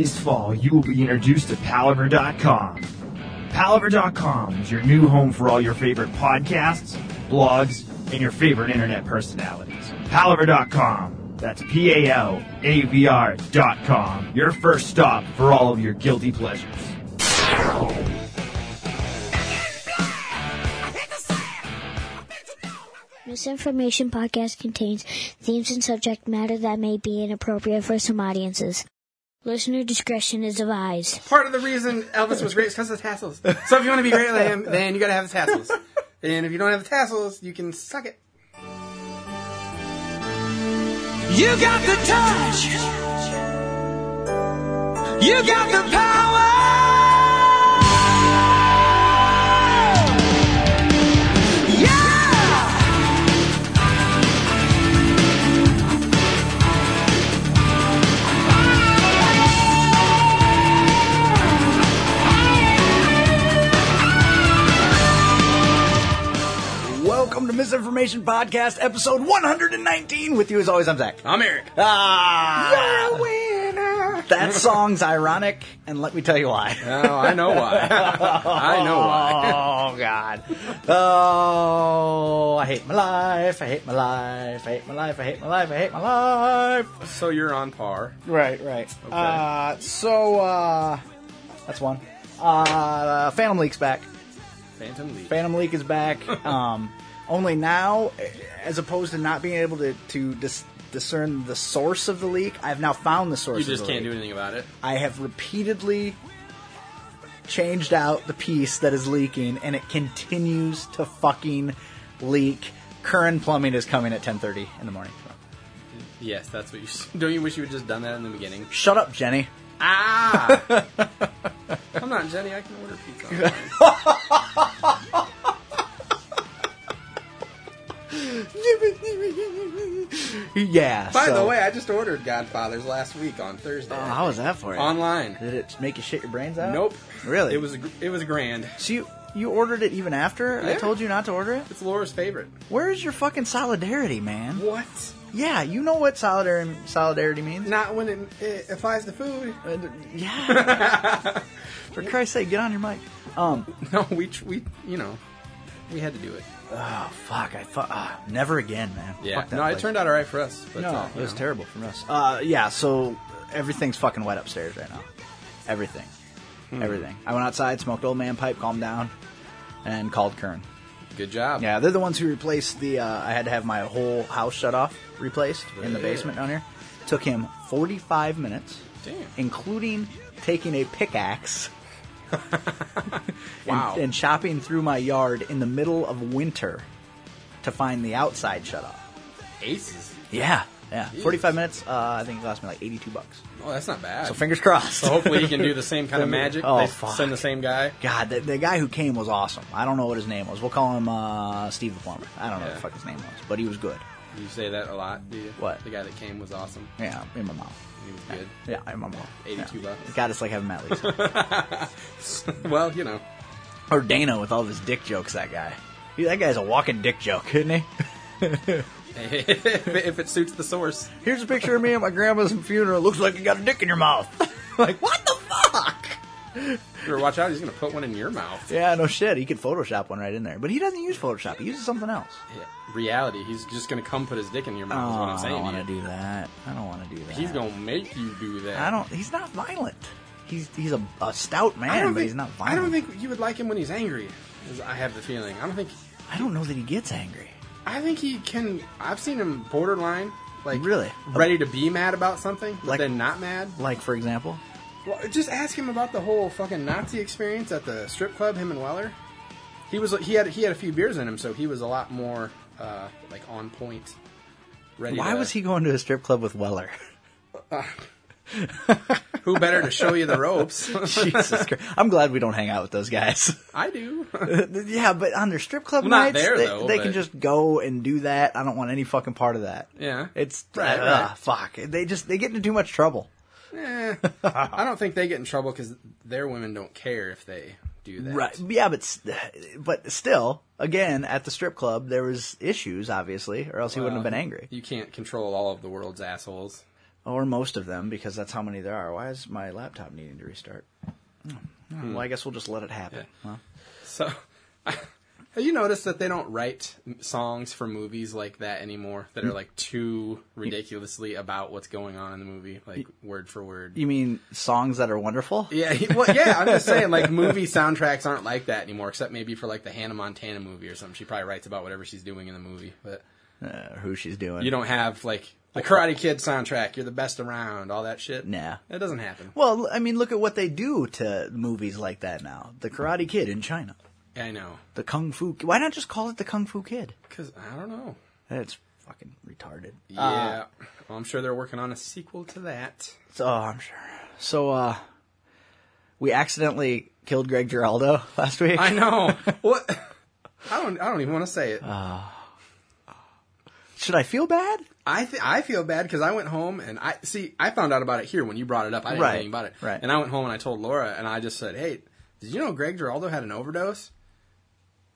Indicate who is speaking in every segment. Speaker 1: you will be introduced to Palaver.com. Palaver.com is your new home for all your favorite podcasts, blogs, and your favorite internet personalities. Palaver.com. That's P A L A V R.com. Your first stop for all of your guilty pleasures.
Speaker 2: Misinformation podcast contains themes and subject matter that may be inappropriate for some audiences. Listener discretion is advised.
Speaker 3: Part of the reason Elvis was great is because of the tassels. So if you want to be great like him, then you got to have the tassels. And if you don't have the tassels, you can suck it.
Speaker 4: You got the touch. You got the power. Yeah.
Speaker 5: Welcome to Misinformation Podcast, episode 119. With you as always, I'm Zach.
Speaker 3: I'm Eric.
Speaker 5: Ah! That song's ironic, and let me tell you why.
Speaker 3: Oh, I know why. I know why.
Speaker 5: Oh God! Oh, I hate my life. I hate my life. I hate my life. I hate my life. I hate my life.
Speaker 3: So you're on par.
Speaker 5: Right, right. Uh, so uh, that's one. Uh, Phantom Leak's back.
Speaker 3: Phantom League.
Speaker 5: Phantom Leak is back. Um, only now, as opposed to not being able to to dis- discern the source of the leak, I've now found the source.
Speaker 3: You just
Speaker 5: of the
Speaker 3: can't do
Speaker 5: leak.
Speaker 3: anything about it.
Speaker 5: I have repeatedly changed out the piece that is leaking, and it continues to fucking leak. Current plumbing is coming at 10:30 in the morning.
Speaker 3: Yes, that's what you should. Don't you wish you had just done that in the beginning?
Speaker 5: Shut up, Jenny.
Speaker 3: Ah! I'm not Jenny. I can order pizza. online.
Speaker 5: Yeah.
Speaker 3: By the
Speaker 5: so-
Speaker 3: way, I just ordered Godfathers last week on Thursday.
Speaker 5: Oh, how was that for you?
Speaker 3: Online.
Speaker 5: Did it make you shit your brains out?
Speaker 3: Nope.
Speaker 5: Really?
Speaker 3: It was a, gr- it was grand.
Speaker 5: So you you ordered it even after I
Speaker 3: Yeah.
Speaker 5: told you not to order it.
Speaker 3: It's Laura's favorite.
Speaker 5: Where is your fucking solidarity, man?
Speaker 3: What?
Speaker 5: Yeah, you know what solidarity solidarity means.
Speaker 3: Not when it, it applies to food.
Speaker 5: Uh, yeah. For Christ's sake, get on your mic. Um.
Speaker 3: No, we tr- we you know we had to do it.
Speaker 5: Oh fuck! I thought ah, never again, man. Fuck that
Speaker 3: No, it
Speaker 5: place.
Speaker 3: turned out all right for us. But,
Speaker 5: No,
Speaker 3: uh,
Speaker 5: it
Speaker 3: you
Speaker 5: was
Speaker 3: know.
Speaker 5: terrible from us. Uh, yeah. So everything's fucking wet upstairs right now. Everything.
Speaker 3: Hmm.
Speaker 5: Everything. I went outside, smoked old man pipe, calmed down, and called Kern.
Speaker 3: Good job.
Speaker 5: Yeah, they're the ones who replaced the. Uh, I had to have my whole house shut off, replaced in the basement down here. Took him 45 minutes,
Speaker 3: Damn.
Speaker 5: including taking a pickaxe
Speaker 3: Wow.
Speaker 5: and, and chopping through my yard in the middle of winter to find the outside shut off.
Speaker 3: Aces.
Speaker 5: Yeah, yeah.
Speaker 3: Jeez.
Speaker 5: 45 minutes. Uh, I think it cost me like 82 bucks.
Speaker 3: Oh, that's not bad.
Speaker 5: So fingers crossed.
Speaker 3: So hopefully you can do the same kind of magic.
Speaker 5: Oh,
Speaker 3: they
Speaker 5: fuck.
Speaker 3: send the same guy.
Speaker 5: God, the, the guy who came was awesome. I don't know what his name was. We'll call him uh, Steve the Plumber. I don't know what
Speaker 3: Yeah.
Speaker 5: the fuck his name was, but he was good.
Speaker 3: You say that a lot, do you?
Speaker 5: What?
Speaker 3: The guy that came was awesome.
Speaker 5: Yeah, in my mouth.
Speaker 3: He was good.
Speaker 5: Yeah, I remember.
Speaker 3: 82
Speaker 5: yeah.
Speaker 3: bucks.
Speaker 5: God, it's like having Matt Leeson.
Speaker 3: Well, you know.
Speaker 5: or Dana with all of his dick jokes, that guy. He- that guy's a walking dick joke, isn't he?
Speaker 3: if if it suits the source.
Speaker 5: Here's a picture of me at my grandma's funeral. Looks like you got a dick in your mouth. like, what the fuck?
Speaker 3: Or watch out, he's going to put one in your mouth.
Speaker 5: Yeah, no shit. He could Photoshop one right in there. But he doesn't use Photoshop. He uses something else. Oh,
Speaker 3: Yeah. Reality, he's just going to come put his dick in your mouth, is what I'm
Speaker 5: I don't
Speaker 3: saying.
Speaker 5: want
Speaker 3: to
Speaker 5: to
Speaker 3: you.
Speaker 5: do that. I don't want to do that.
Speaker 3: He's going to make you do that.
Speaker 5: I don't... He's not violent. He's he's a, a stout man, but he's not
Speaker 3: I
Speaker 5: violent.
Speaker 3: don't think you would like him when he's angry. is- I have the feeling. I don't think.
Speaker 5: I don't know that he gets angry.
Speaker 3: I think he can. I've seen him borderline, like
Speaker 5: Really?
Speaker 3: ready to be mad about something, but
Speaker 5: Like-
Speaker 3: then not mad.
Speaker 5: Like, for example...
Speaker 3: Well, just ask him about the whole fucking Nazi experience at the strip club. Him and Weller. He was he had he had a few beers in him, so he was a lot more uh, like on point. Ready?
Speaker 5: Why
Speaker 3: to-
Speaker 5: was he going to a strip club with Weller?
Speaker 3: Who better to show you the ropes?
Speaker 5: Jesus Christ. I'm glad we don't hang out with those guys.
Speaker 3: I do.
Speaker 5: yeah, but on their strip club
Speaker 3: Well, not
Speaker 5: nights,
Speaker 3: there,
Speaker 5: they,
Speaker 3: though,
Speaker 5: they
Speaker 3: but-
Speaker 5: can just go and do that. I don't want any fucking part of that.
Speaker 3: Yeah.
Speaker 5: It's
Speaker 3: Right,
Speaker 5: ugh,
Speaker 3: right.
Speaker 5: fuck. They just they get into too much trouble.
Speaker 3: Eh, I don't think they get in trouble because their women don't care if they do that.
Speaker 5: Yeah, but s- but still, again, at the strip club there was issues obviously, or else he wouldn't have been angry.
Speaker 3: You can't control all of the world's assholes.
Speaker 5: or most of them, because that's how many there are. Why is my laptop needing to restart? Oh, Well,
Speaker 3: Hmm.
Speaker 5: I guess we'll just let it happen. Well,
Speaker 3: So, have you noticed that they don't write m- songs for movies like that anymore? That are like too ridiculously about what's going on in the movie, like word for word.
Speaker 5: you mean songs that are wonderful?
Speaker 3: Yeah, he- well, yeah. I'm just saying, like movie soundtracks aren't like that anymore, except maybe for like the Hannah Montana movie or something. She probably writes about whatever she's doing in the movie, but
Speaker 5: Uh, who she's doing?
Speaker 3: you don't have like the Karate Kid soundtrack. You're the best around, all that shit.
Speaker 5: Nah.
Speaker 3: that doesn't happen.
Speaker 5: Well, I mean, look at what they do to movies like that now. The Karate Kid in China.
Speaker 3: I know,
Speaker 5: The Kung Fu. Why not just call it the Kung Fu Kid?
Speaker 3: because I don't know.
Speaker 5: That's fucking retarded. Uh,
Speaker 3: Yeah, well, I'm sure they're working on a sequel to that.
Speaker 5: So I'm sure. So uh, we accidentally killed Greg Giraldo last week.
Speaker 3: I know. what? I don't. I don't even want to say it.
Speaker 5: Uh. Should I feel bad?
Speaker 3: I th- I feel bad because I went home and I see. I found out about it here when you brought it up. I didn't
Speaker 5: Right,
Speaker 3: know anything about it.
Speaker 5: right.
Speaker 3: And I went home and I told Laura and I just said, "Hey, did you know Greg Giraldo had an overdose?"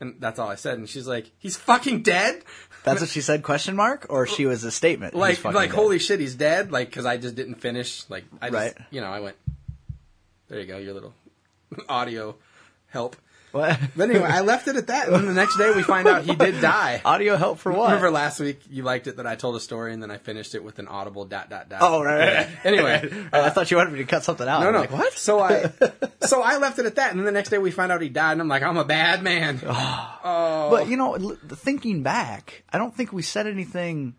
Speaker 3: And that's all I said. And she's like, "He's fucking dead."
Speaker 5: That's what she said? Question mark? Or she was a statement? He's
Speaker 3: Like
Speaker 5: fucking
Speaker 3: like
Speaker 5: dead.
Speaker 3: holy shit, he's dead. Like because I just didn't finish. Like I just
Speaker 5: Right.
Speaker 3: you know I went. There you go. Your little audio help.
Speaker 5: What?
Speaker 3: But anyway, I left it at that. And then the next day we find out he did die.
Speaker 5: Audio help for what?
Speaker 3: Remember last week you liked it that I told a story and then I finished it with an audible dot dot dot.
Speaker 5: Oh, right, right, right.
Speaker 3: Anyway,
Speaker 5: I thought you wanted me to cut something out.
Speaker 3: no,
Speaker 5: I'm
Speaker 3: no.
Speaker 5: Like, what?
Speaker 3: So I, so I left it at that, and then the next day we find out he died, and I'm like, I'm a bad man.
Speaker 5: Oh.
Speaker 3: Oh.
Speaker 5: But you know, l- thinking back, I don't think we said anything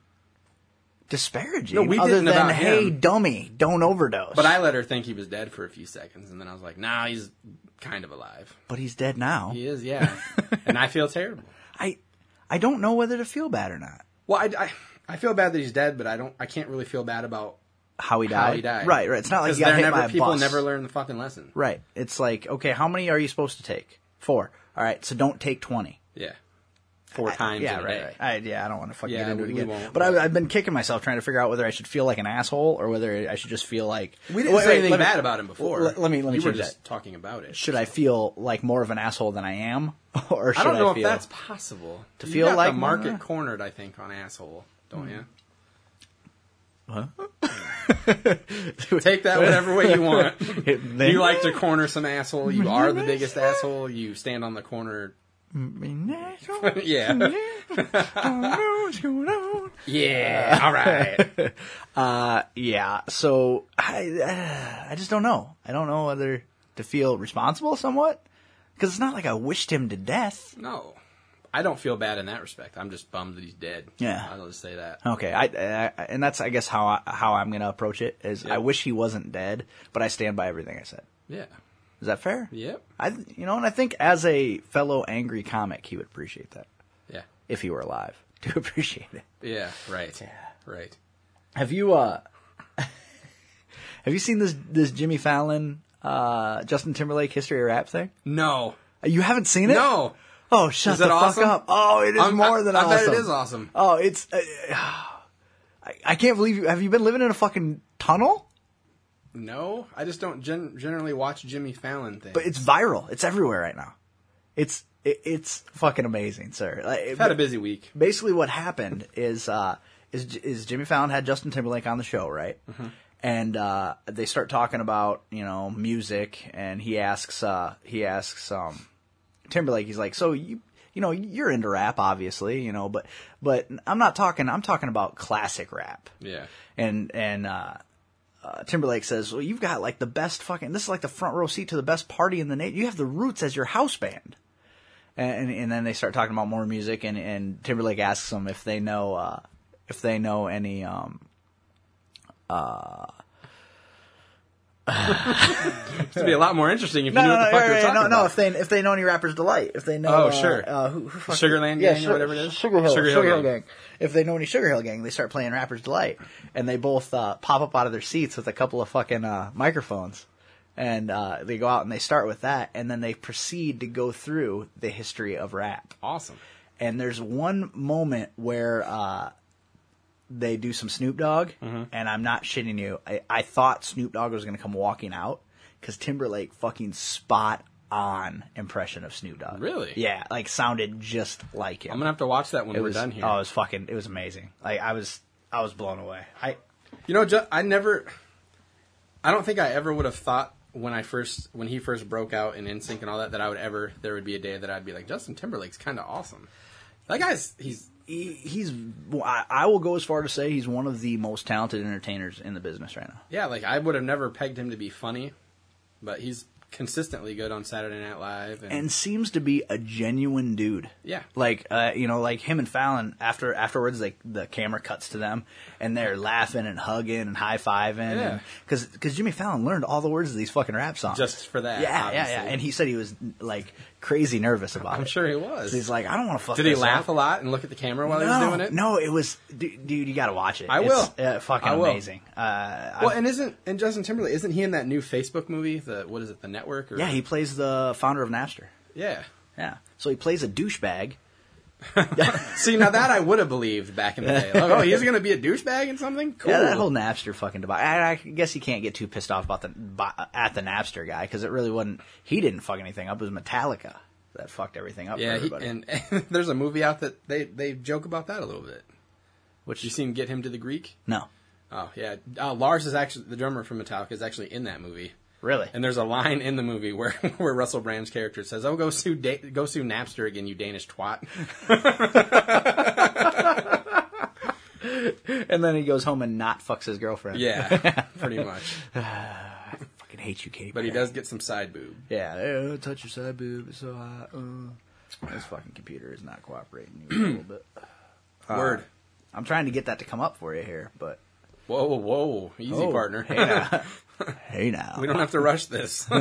Speaker 5: disparaging.
Speaker 3: No, we
Speaker 5: other
Speaker 3: didn't
Speaker 5: than
Speaker 3: about
Speaker 5: hey,
Speaker 3: him."
Speaker 5: dummy, don't overdose.
Speaker 3: But I let her think he was dead for a few seconds, and then I was like, Nah, he's kind of alive.
Speaker 5: but he's dead now.
Speaker 3: He is, yeah. and I feel terrible.
Speaker 5: I I don't know whether to feel bad or not.
Speaker 3: Well, I, I, I feel bad that he's dead, but I don't. I can't really feel bad about
Speaker 5: How he died.
Speaker 3: how he died.
Speaker 5: Right, right. It's not like
Speaker 3: 'Cause
Speaker 5: you got
Speaker 3: they're
Speaker 5: hit
Speaker 3: never,
Speaker 5: by a
Speaker 3: people
Speaker 5: bus.
Speaker 3: never learn the fucking lesson.
Speaker 5: Right. It's like okay, how many are you supposed to take? Four. All right, so don't take twenty.
Speaker 3: Yeah, four times. in
Speaker 5: Yeah,
Speaker 3: a
Speaker 5: right,
Speaker 3: day.
Speaker 5: right. I, yeah, I don't want to fucking
Speaker 3: Yeah,
Speaker 5: get into it
Speaker 3: we
Speaker 5: again.
Speaker 3: won't.
Speaker 5: but I, I've been kicking myself trying to figure out whether I should feel like an asshole or whether I should just feel like
Speaker 3: We didn't
Speaker 5: Wait,
Speaker 3: say
Speaker 5: wait,
Speaker 3: anything
Speaker 5: let me-
Speaker 3: bad about him before.
Speaker 5: Let, let me let me
Speaker 3: You were
Speaker 5: change
Speaker 3: just
Speaker 5: that.
Speaker 3: talking about it.
Speaker 5: Should I feel like more of an asshole than I am, or should
Speaker 3: I don't know if
Speaker 5: feel,
Speaker 3: that's possible. To
Speaker 5: feel
Speaker 3: got
Speaker 5: like Hmm.
Speaker 3: the
Speaker 5: one,
Speaker 3: market
Speaker 5: huh?
Speaker 3: cornered, I think, on asshole, don't you? Huh? Take that whatever way you want.
Speaker 5: Then-
Speaker 3: you like to corner some asshole. You are the biggest asshole. You stand on the corner. Yeah. Yeah. All right.
Speaker 5: yeah. So I, uh, I just don't know. I don't know whether to feel responsible somewhat because it's not like I wished him to death.
Speaker 3: No, I don't feel bad in that respect. I'm just bummed that he's dead.
Speaker 5: Yeah.
Speaker 3: I'll just say that.
Speaker 5: Okay, I, I and that's I guess how I, how I'm gonna approach it is I wish he wasn't dead, but I stand by everything I said.
Speaker 3: Yeah.
Speaker 5: Is that fair?
Speaker 3: Yep.
Speaker 5: I you know, and I think as a fellow angry comic, he would appreciate that
Speaker 3: Yeah.
Speaker 5: if he were alive to appreciate it.
Speaker 3: Yeah. Right. Right.
Speaker 5: Have you uh have you seen this this Jimmy Fallon uh Justin Timberlake history of rap thing?
Speaker 3: No.
Speaker 5: You haven't seen it?
Speaker 3: No.
Speaker 5: Oh, shut
Speaker 3: Is
Speaker 5: the
Speaker 3: it
Speaker 5: fuck
Speaker 3: awesome?
Speaker 5: up. Oh, it is
Speaker 3: I'm-
Speaker 5: more than
Speaker 3: I,
Speaker 5: awesome.
Speaker 3: I bet it is awesome.
Speaker 5: Oh, it's uh, I, I can't believe you have you been living in a fucking tunnel?
Speaker 3: No, I just don't gen- generally watch Jimmy Fallon things.
Speaker 5: But it's viral. It's everywhere right now. It's it, it's fucking amazing, sir. Like, it-
Speaker 3: I've had a busy week.
Speaker 5: basically what happened is uh is J- is Jimmy Fallon had Justin Timberlake on the show, right? And uh they start talking about, you know, music and he asks uh he asks um Timberlake he's like, "So you you know, you're into rap obviously, you know, but but I'm not talking I'm talking about classic rap."
Speaker 3: Yeah.
Speaker 5: and and uh, uh, Timberlake says, "Well, you've got like the best fucking. This is like the front row seat to the best party in the nation. You have the Roots as your house band." And and, and then they start talking about more music, and, and Timberlake asks them if they know uh, if they know any. Um,
Speaker 3: It'd be a lot more interesting if you knew what the fuck you were talking
Speaker 5: no, no. If
Speaker 3: about.
Speaker 5: they if they know any rappers delight, if they know,
Speaker 3: Oh,
Speaker 5: uh,
Speaker 3: sure.
Speaker 5: uh, who, who fuck-
Speaker 3: Sugarland
Speaker 5: yeah,
Speaker 3: Gang or
Speaker 5: Su-
Speaker 3: whatever it is?
Speaker 5: Sugar Hill,
Speaker 3: Sugar
Speaker 5: Sugar,
Speaker 3: Hill
Speaker 5: Hill
Speaker 3: Gang.
Speaker 5: Gang. If they know any Sugar Hill Gang, they start playing rappers delight, and they both uh, pop up out of their seats with a couple of fucking uh, microphones, and uh, they go out and they start with that, and then they proceed to go through the history of rap
Speaker 3: Awesome.
Speaker 5: and there's one moment where uh, they do some Snoop Dogg,
Speaker 3: Mm-hmm.
Speaker 5: and I'm not shitting you. I, I thought Snoop Dogg was going to come walking out because Timberlake fucking spot on impression of Snoop Dogg.
Speaker 3: Really?
Speaker 5: Yeah, like sounded just like him.
Speaker 3: I'm gonna have to watch that when
Speaker 5: it
Speaker 3: we're
Speaker 5: was
Speaker 3: done here.
Speaker 5: oh, it was fucking it was amazing. Like I was I was blown away. I
Speaker 3: You know, Ju- I never. I don't think I ever would have thought when I first when he first broke out in NSYNC and all that that I would ever there would be a day that I'd be like Justin Timberlake's kind of awesome. That guy's he's
Speaker 5: He, he's. well, I, I will go as far to say he's one of the most talented entertainers in the business right now.
Speaker 3: yeah like I would have never pegged him to be funny, but he's consistently good on Saturday Night Live and,
Speaker 5: and seems to be a genuine dude.
Speaker 3: Yeah.
Speaker 5: Like uh, you know, like him and Fallon after afterwards like the camera cuts to them and they're laughing and hugging and high fiving
Speaker 3: Yeah.
Speaker 5: cuz cuz Jimmy Fallon learned all the words of these fucking rap songs.
Speaker 3: just for that
Speaker 5: yeah, yeah, yeah,
Speaker 3: obviously.
Speaker 5: And he said he was like crazy nervous about it.
Speaker 3: I'm sure he was.
Speaker 5: So he's like, I don't want to fuck
Speaker 3: Did he
Speaker 5: this
Speaker 3: laugh
Speaker 5: up.
Speaker 3: a lot and look at the camera while he
Speaker 5: No,
Speaker 3: was doing it?
Speaker 5: no, it was dude, dude you got to watch it.
Speaker 3: I
Speaker 5: It's,
Speaker 3: will.
Speaker 5: Uh, fucking
Speaker 3: I will.
Speaker 5: amazing. Uh,
Speaker 3: Well, and isn't and Justin Timberlake isn't he in that new Facebook movie? The what is it? The Network? Or,
Speaker 5: yeah, he plays the founder of Napster.
Speaker 3: yeah.
Speaker 5: Yeah. So he plays a douchebag.
Speaker 3: See, now that I would have believed back in the day. Like, oh, he's going to be a douchebag and something. Cool.
Speaker 5: Yeah, that whole Napster fucking debacle. I, I guess you can't get too pissed off about the by, at the Napster guy because it really wasn't. He didn't fuck anything up. It was Metallica that fucked everything up for
Speaker 3: Yeah, he,
Speaker 5: everybody.
Speaker 3: and, there's a movie out that they they joke about that a little bit.
Speaker 5: which
Speaker 3: You seen Get Him to the Greek?
Speaker 5: no,
Speaker 3: Oh yeah, uh, Lars is actually the drummer from Metallica is actually in that movie.
Speaker 5: really.
Speaker 3: And there's a line in the movie where where Russell Brand's character says, "Oh, go sue da- go sue Napster again, you Danish twat."
Speaker 5: And then he goes home and not fucks his girlfriend.
Speaker 3: Yeah, pretty much.
Speaker 5: fucking hate you, Katie.
Speaker 3: But he does get some side boob.
Speaker 5: Yeah, eh, touch your side boob. It's so hot. Uh, this fucking computer is not cooperating a little bit. Uh,
Speaker 3: Word.
Speaker 5: I'm trying to get that to come up for you here, but
Speaker 3: Whoa, whoa, easy
Speaker 5: Oh,
Speaker 3: partner.
Speaker 5: Hey now, hey now.
Speaker 3: we don't have to rush this.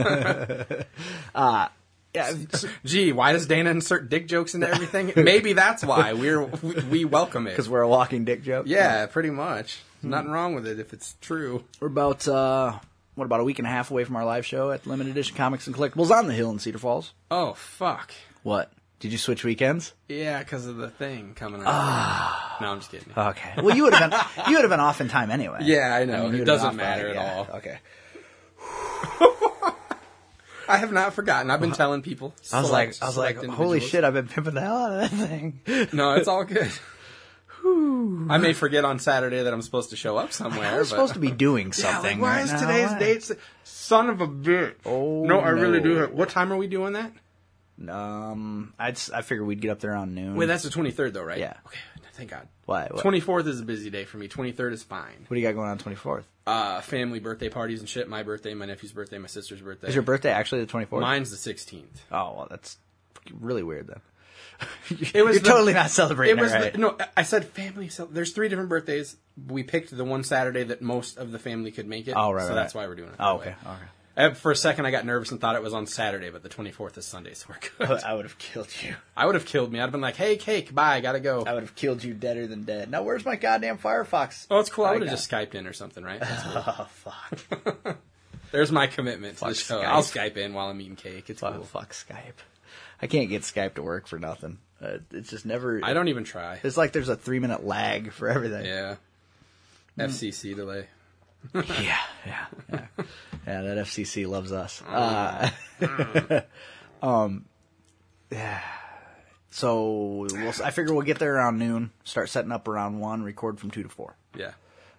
Speaker 5: Yeah,
Speaker 3: Gee, why does Dana insert dick jokes into everything? Maybe that's why we're we, we welcome it.
Speaker 5: because we're a walking dick joke.
Speaker 3: Yeah, pretty much. Nothing wrong with it if it's true.
Speaker 5: We're about uh, what about a week and a half away from our live show at Limited Edition Comics and Collectibles on the Hill in Cedar Falls.
Speaker 3: Oh fuck.
Speaker 5: What? Did you switch weekends?
Speaker 3: Yeah, because of the thing coming up.
Speaker 5: Ah.
Speaker 3: no, I'm just kidding.
Speaker 5: Okay. Well, you would have been you would have been off in time anyway.
Speaker 3: Yeah, I know.
Speaker 5: you
Speaker 3: It
Speaker 5: would have
Speaker 3: doesn't
Speaker 5: been off by-
Speaker 3: matter at
Speaker 5: yeah,
Speaker 3: all.
Speaker 5: Okay.
Speaker 3: I have not forgotten. I've been telling people.
Speaker 5: Uh-huh. I was like,
Speaker 3: Select-
Speaker 5: I was like,
Speaker 3: select
Speaker 5: holy
Speaker 3: individuals.
Speaker 5: shit! I've been pimping the hell out of that thing.
Speaker 3: No, it's all good. I may forget on Saturday that I'm supposed to show up somewhere.
Speaker 5: I was
Speaker 3: but-
Speaker 5: supposed to be doing
Speaker 3: Yeah, like,
Speaker 5: something.
Speaker 3: why
Speaker 5: right
Speaker 3: is
Speaker 5: now.
Speaker 3: today's
Speaker 5: Why?
Speaker 3: date? Son of a bitch.
Speaker 5: Oh,
Speaker 3: no, I really
Speaker 5: no.
Speaker 3: do. Have, what time are we doing that?
Speaker 5: Um, I'd s- I figured we'd get up there around noon.
Speaker 3: Wait, that's the 23rd though, right?
Speaker 5: Yeah.
Speaker 3: Okay, thank God.
Speaker 5: Why, what?
Speaker 3: 24th is a busy day for me. 23rd is fine.
Speaker 5: What do you got going on twenty fourth?
Speaker 3: Uh, family birthday parties and shit. My birthday, my nephew's birthday, my sister's birthday.
Speaker 5: Is your birthday actually the twenty fourth?
Speaker 3: Mine's the 16th.
Speaker 5: Oh well, that's really weird then.
Speaker 3: It was
Speaker 5: You're
Speaker 3: the-
Speaker 5: totally not celebrating
Speaker 3: It was
Speaker 5: it, right?
Speaker 3: the, no. I- I said family. So there's three different birthdays. We picked the one Saturday that most of the family could make it.
Speaker 5: Oh, right,
Speaker 3: So
Speaker 5: right,
Speaker 3: that's
Speaker 5: right.
Speaker 3: why we're doing it.
Speaker 5: Oh,
Speaker 3: that way.
Speaker 5: okay, okay.
Speaker 3: Uh, For a second, I got nervous and thought it was on Saturday, but the 24th is Sunday, so we're good.
Speaker 5: I would have killed you.
Speaker 3: I would have killed me. I'd have been like, "Hey, cake, bye, I gotta go."
Speaker 5: I would have killed you deader than dead. Now where's my goddamn Firefox?
Speaker 3: oh, it's cool. I
Speaker 5: I
Speaker 3: would have
Speaker 5: got-
Speaker 3: just skyped in or something, right? That's cool.
Speaker 5: Oh fuck.
Speaker 3: There's my commitment to the
Speaker 5: Fuck
Speaker 3: show.
Speaker 5: Skype.
Speaker 3: I'll Skype in while I'm eating cake. It's
Speaker 5: fuck,
Speaker 3: cool.
Speaker 5: fuck Skype. I can't get Skype to work for nothing. Uh, it's just never.
Speaker 3: I don't even try.
Speaker 5: It's like there's a three minute lag for everything.
Speaker 3: Yeah.
Speaker 5: Mm.
Speaker 3: FCC delay.
Speaker 5: yeah, yeah, yeah. Yeah, that FCC loves us. Uh,
Speaker 3: Mm.
Speaker 5: um, yeah. So we'll, I figure we'll get there around noon. Start setting up around one. Record from two to four.
Speaker 3: Yeah.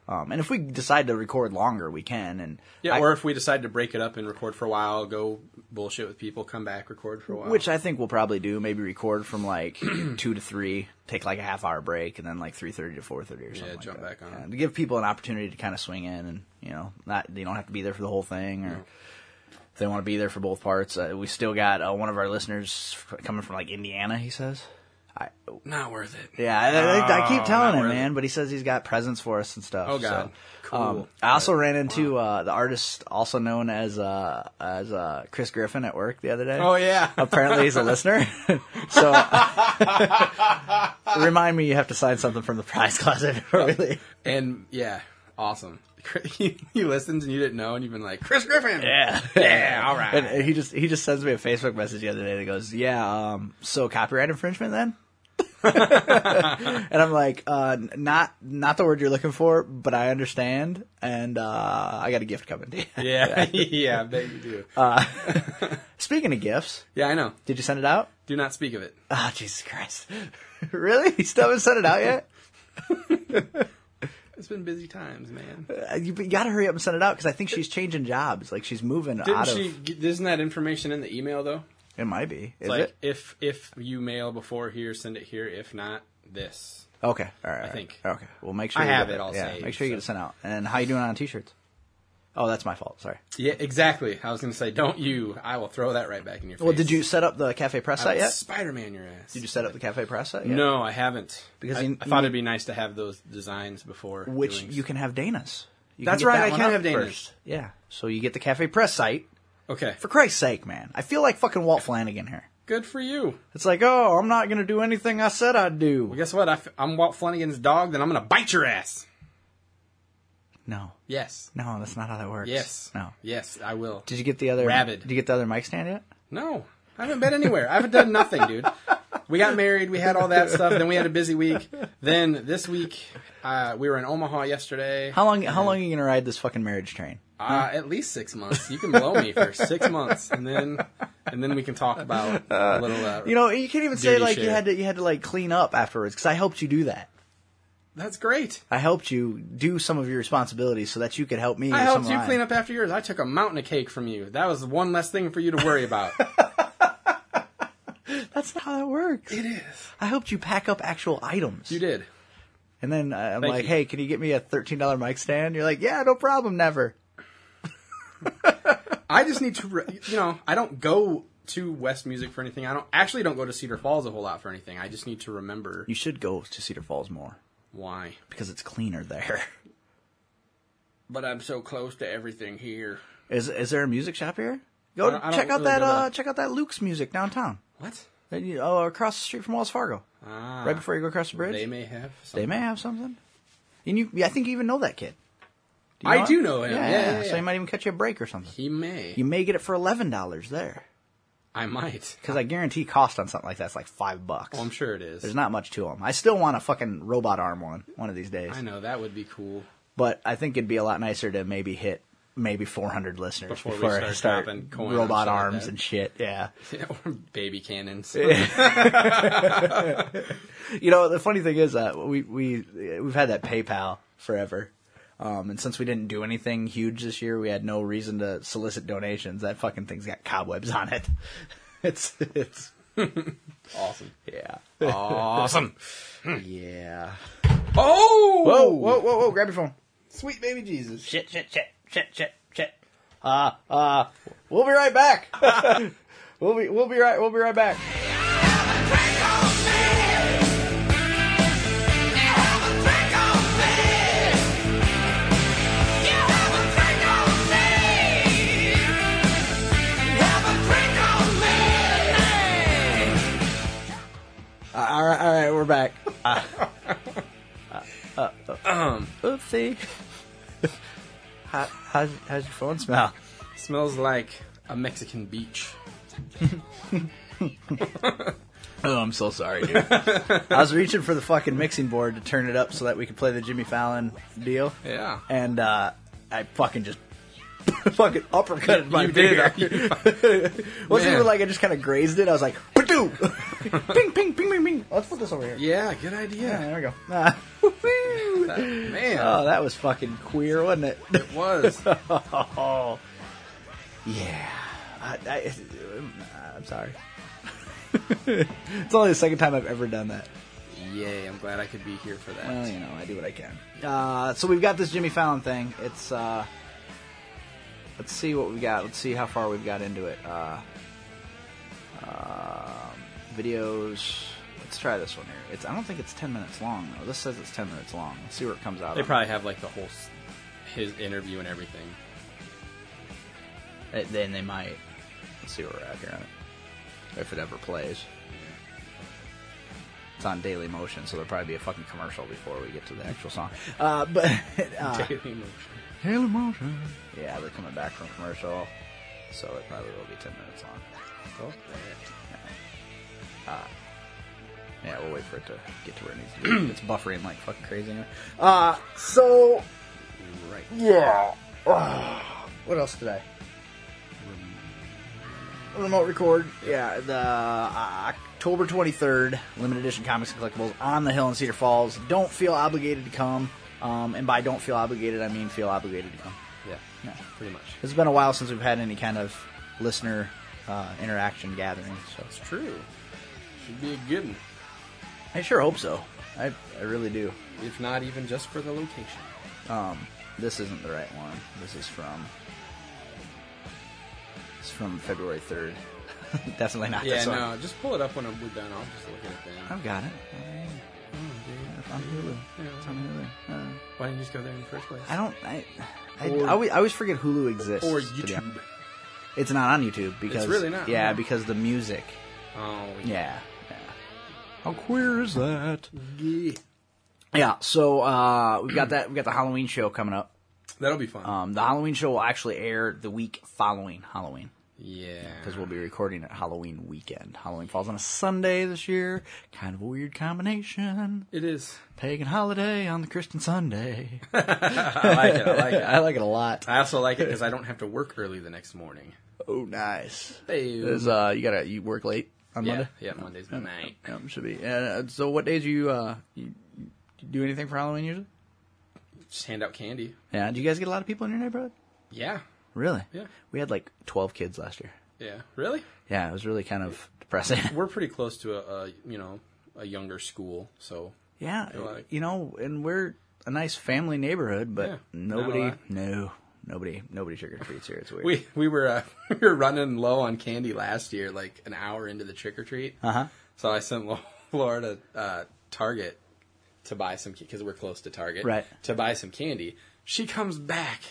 Speaker 5: Um, and if we decide to record longer, we can. And
Speaker 3: Yeah,
Speaker 5: I-
Speaker 3: or if we decide to break it up and record for a while, go bullshit with people, come back, record for a while.
Speaker 5: Which I think we'll probably do. Maybe record from like two to three, take like a half hour break, and then like three thirty to four thirty or something.
Speaker 3: Yeah,
Speaker 5: like
Speaker 3: jump
Speaker 5: that.
Speaker 3: back on.
Speaker 5: Yeah, to give people an opportunity to kind of swing in, and you know, not you don't have to be there for the whole thing, or if they want to be there for both parts. Uh, we still got uh, one of our listeners f- coming from like Indiana. He says, "I
Speaker 3: not worth it.
Speaker 5: yeah, I, I, I keep telling him,
Speaker 3: Oh, really.
Speaker 5: man, but he says he's got presents for us and stuff.
Speaker 3: Oh, God.
Speaker 5: so,
Speaker 3: Cool.
Speaker 5: um, I also ran into uh, the artist, also known as uh, as uh, Chris Griffin, at work the other day.
Speaker 3: Oh, yeah.
Speaker 5: apparently he's a listener. so remind me, you have to sign something from the prize closet before we leave.
Speaker 3: And yeah, awesome. he, he listens and you didn't know, and you've been like, Chris Griffin.
Speaker 5: Yeah,
Speaker 3: Yeah, all right.
Speaker 5: And he just he just sends me a Facebook message the other day that goes, "Yeah, um, so copyright infringement then." and I'm like, uh, n- not not the word you're looking for, but I understand, and uh, I got a gift coming to you.
Speaker 3: Yeah, yeah, I bet you do.
Speaker 5: Uh, Speaking of gifts,
Speaker 3: yeah, I know.
Speaker 5: did you send it out?
Speaker 3: Do not speak of it.
Speaker 5: Ah, Jesus Christ! really? You still haven't sent it out yet?
Speaker 3: It's been busy times, man.
Speaker 5: Uh, You, you gotta hurry up and send it out because I think she's changing jobs. Like she's moving
Speaker 3: Didn't
Speaker 5: out
Speaker 3: she?
Speaker 5: of.
Speaker 3: g- Isn't that information in the email though?
Speaker 5: It might be. Is
Speaker 3: like
Speaker 5: it?
Speaker 3: if if you mail before here, send it here. If not, this.
Speaker 5: Okay. All right. all right.
Speaker 3: think.
Speaker 5: Okay. Well, make sure
Speaker 3: I
Speaker 5: you
Speaker 3: have
Speaker 5: get
Speaker 3: it all
Speaker 5: Yeah.
Speaker 3: saved,
Speaker 5: Make sure you get it
Speaker 3: so-
Speaker 5: sent out. And how you doing on t-shirts? Oh, that's my fault. Sorry.
Speaker 3: Yeah, exactly. I was gonna say, don't you? I will throw that right back in your face.
Speaker 5: Well, did you set up the cafe press site yet?
Speaker 3: Spider Man your ass.
Speaker 5: Did you set up the cafe press site? Yet?
Speaker 3: No, I haven't. Because
Speaker 5: Because
Speaker 3: I,
Speaker 5: you-
Speaker 3: I thought
Speaker 5: you-
Speaker 3: it'd be nice to have those designs before.
Speaker 5: Which
Speaker 3: doing-
Speaker 5: you can have Dana's. You
Speaker 3: That's
Speaker 5: get
Speaker 3: right,
Speaker 5: that
Speaker 3: I
Speaker 5: one
Speaker 3: can
Speaker 5: up
Speaker 3: have Dana's.
Speaker 5: first. Yeah. So you get the cafe press site.
Speaker 3: Okay.
Speaker 5: For Christ's sake, man! I feel like fucking Walt Flanagan here.
Speaker 3: Good for you.
Speaker 5: It's like, oh, I'm not gonna do anything I said I'd
Speaker 3: Well,
Speaker 5: do.
Speaker 3: guess what? I f- I'm Walt Flanagan's dog. Then I'm gonna bite your ass.
Speaker 5: No,
Speaker 3: Yes.
Speaker 5: no, that's not how that works.
Speaker 3: Yes.
Speaker 5: No.
Speaker 3: Yes, I will.
Speaker 5: Did you get the other?
Speaker 3: Rabid.
Speaker 5: Did you get the other mic stand yet?
Speaker 3: No, I haven't been anywhere. I haven't done nothing, dude. We got married. We had all that stuff. Then we had a busy week. Then this week, uh, we were in Omaha yesterday.
Speaker 5: How long? How long are you gonna ride this fucking marriage train?
Speaker 3: Uh, at least six months. You can blow me for six months, and then and then we can talk about a little. Uh,
Speaker 5: You know, you can't even say
Speaker 3: Duty
Speaker 5: like you
Speaker 3: share.
Speaker 5: had to you had to like clean up afterwards because I helped you do that.
Speaker 3: that's great.
Speaker 5: I helped you do some of your responsibilities so that you could help me.
Speaker 3: I
Speaker 5: with
Speaker 3: helped
Speaker 5: some
Speaker 3: you
Speaker 5: of
Speaker 3: clean
Speaker 5: mine.
Speaker 3: up after yours. I took a mountain of cake from you. That was one less thing for you to worry about.
Speaker 5: That's not how that works.
Speaker 3: it is.
Speaker 5: I helped you pack up actual items.
Speaker 3: You did.
Speaker 5: And then uh, I'm
Speaker 3: Thank
Speaker 5: like,
Speaker 3: you.
Speaker 5: hey, can you get me a thirteen dollar mic stand? You're like, yeah, no problem, never.
Speaker 3: I just need to, re- you know, I don't go to West Music for anything. I don't actually don't go to Cedar Falls a whole lot for anything. I just need to remember
Speaker 5: You should go to Cedar Falls more
Speaker 3: why.
Speaker 5: because it's cleaner there.
Speaker 3: But I'm so close to everything here.
Speaker 5: Is is there a music shop here? Go
Speaker 3: I don't- I don't
Speaker 5: check out
Speaker 3: really
Speaker 5: that
Speaker 3: go
Speaker 5: uh,
Speaker 3: that-
Speaker 5: check out that Luke's music downtown.
Speaker 3: What?
Speaker 5: That you- Oh, across the street from Wells Fargo,
Speaker 3: Ah,
Speaker 5: right before you go across the bridge.
Speaker 3: they may have. Something.
Speaker 5: They may have something. And you, yeah, I think you even know that kid. you
Speaker 3: I
Speaker 5: him?
Speaker 3: do know him. Yeah, yeah,
Speaker 5: So
Speaker 3: yeah.
Speaker 5: he might even catch you a break or something.
Speaker 3: He may.
Speaker 5: You may get it for eleven dollars there,
Speaker 3: I might.
Speaker 5: because I guarantee cost on something like that's like five bucks.
Speaker 3: Oh, I'm sure it is.
Speaker 5: There's not much to them. I still want a fucking robot arm one one of these days.
Speaker 3: I know that would be cool.
Speaker 5: But I think it'd be a lot nicer to maybe hit maybe 400 listeners
Speaker 3: Before
Speaker 5: before,
Speaker 3: we
Speaker 5: I
Speaker 3: start
Speaker 5: start
Speaker 3: dropping coin and
Speaker 5: robot
Speaker 3: shit like
Speaker 5: arms
Speaker 3: that.
Speaker 5: and shit. Yeah.
Speaker 3: or baby cannons.
Speaker 5: You know, the funny thing is, uh, we we we've had that PayPal forever, um, and since we didn't do anything huge this year, we had no reason to solicit donations. That fucking thing's got cobwebs on it. It's it's
Speaker 3: awesome.
Speaker 5: yeah
Speaker 3: Awesome.
Speaker 5: yeah.
Speaker 3: Oh!
Speaker 5: Whoa whoa whoa whoa! Grab your phone.
Speaker 3: Sweet baby Jesus.
Speaker 5: Shit shit shit shit shit shit. Uh uh, we'll be right back. we'll be we'll be right we'll be right back. Uh, all right all right, we're back. Uh, uh, uh, um, oopsie. How, how's, how's your phone smell?
Speaker 3: Smells like a Mexican beach.
Speaker 5: Oh, I'm so sorry, dude. I was reaching for the fucking mixing board to turn it up so that we could play the Jimmy Fallon deal.
Speaker 3: Yeah.
Speaker 5: And uh, I fucking just fucking uppercutted my
Speaker 3: You did. uh,
Speaker 5: finger. Wasn't
Speaker 3: Man.
Speaker 5: even like I just kind of grazed it. I was like, "Padoo!" ping, ping, ping, ping, ping. Let's put this over here.
Speaker 3: Yeah, good idea.
Speaker 5: There we go. Ah.
Speaker 3: That- man,
Speaker 5: oh, that was fucking queer, wasn't it?
Speaker 3: it was.
Speaker 5: Yeah. I, I, I'm sorry. it's only the second time I've ever done that.
Speaker 3: Yay, I'm glad I could be here for that.
Speaker 5: Well, you know, I do what I can. Uh, so we've got this Jimmy Fallon thing. It's uh, let's see what we got. Let's see how far we've got into it. Uh, um, videos. Let's try this one here. It's I don't think it's ten minutes long though. This says it's ten minutes long. Let's see where it comes out.
Speaker 3: They
Speaker 5: on.
Speaker 3: probably have like the whole s- his interview and everything.
Speaker 5: Uh, then they might. Let's see where we're at here on it. If it ever plays. It's on Daily Motion, so there'll probably be a fucking commercial before we get to the actual song. Uh, but uh,
Speaker 3: Daily Motion.
Speaker 5: Halo Motion. Yeah, they're coming back from commercial, so it probably will be 10 minutes long. Uh, Yeah, we'll wait for it to get to where it needs to be. it's buffering like fucking crazy anyway. Uh, so.
Speaker 3: Right.
Speaker 5: Yeah. Ah, what else did I? Remote record. Yeah, the uh, October 23rd, limited edition comics and collectibles on the hill in Cedar Falls. Don't feel obligated to come. Um, and by don't feel obligated, I mean feel obligated to come.
Speaker 3: Yeah,
Speaker 5: Yeah.
Speaker 3: pretty much.
Speaker 5: It's been a while since we've had any kind of listener uh, interaction gathering, so
Speaker 3: It's true. Should be a good one.
Speaker 5: I sure hope so. I, I really do.
Speaker 3: If not even just for the location.
Speaker 5: Um, this isn't the right one. This is from. It's from February third. Definitely not
Speaker 3: Yeah,
Speaker 5: this one.
Speaker 3: no, just pull it up when we're done. I'll just look at it then.
Speaker 5: I've got it. Alright. It's on Hulu. It's on Hulu. Uh,
Speaker 3: Why didn't you just go there in the first place?
Speaker 5: I don't. I. I,
Speaker 3: Or-
Speaker 5: I, always, I always forget Hulu exists.
Speaker 3: Or
Speaker 5: to be honest.
Speaker 3: YouTube.
Speaker 5: It's not on YouTube because
Speaker 3: really not,
Speaker 5: Yeah,
Speaker 3: huh?
Speaker 5: because the music.
Speaker 3: Oh,
Speaker 5: Yeah. yeah. How queer is that?
Speaker 3: yeah.
Speaker 5: Yeah. So uh, we've got that. We've got the Halloween show coming up.
Speaker 3: That'll be fun.
Speaker 5: Um, the Halloween show will actually air the week following Halloween
Speaker 3: yeah.
Speaker 5: because we'll be recording at Halloween weekend. Halloween falls on a Sunday this year. Kind of a weird combination.
Speaker 3: It is.
Speaker 5: Pagan holiday on the Christian Sunday.
Speaker 3: I like it. I like it.
Speaker 5: I like it a lot.
Speaker 3: I also like it because I don't have to work early the next morning.
Speaker 5: Oh, nice.
Speaker 3: Hey.
Speaker 5: Is, uh, you gotta you work late on
Speaker 3: Yeah,
Speaker 5: Monday.
Speaker 3: yeah, Monday's my night.
Speaker 5: Um, should be. And, uh, so, what days you, uh, you you do anything for Halloween usually?
Speaker 3: Just hand out candy.
Speaker 5: Yeah. Do you guys get a lot of people in your neighborhood?
Speaker 3: Yeah.
Speaker 5: Really?
Speaker 3: Yeah.
Speaker 5: We had like twelve kids last year.
Speaker 3: Yeah. Really?
Speaker 5: Yeah, it was really kind of depressing.
Speaker 3: We're pretty close to a, a you know, a younger school, so
Speaker 5: yeah.
Speaker 3: like-
Speaker 5: You know, and we're a nice family neighborhood, but
Speaker 3: Yeah, not a
Speaker 5: nobody,
Speaker 3: lot.
Speaker 5: no, nobody, nobody trick or treats here. It's weird.
Speaker 3: we we were uh, we were running low on candy last year, like an hour into the trick or treat.
Speaker 5: Uh-huh.
Speaker 3: So I sent Lo- Laura to uh, Target to buy some because we're close to Target,
Speaker 5: Right.
Speaker 3: To buy some candy. She comes back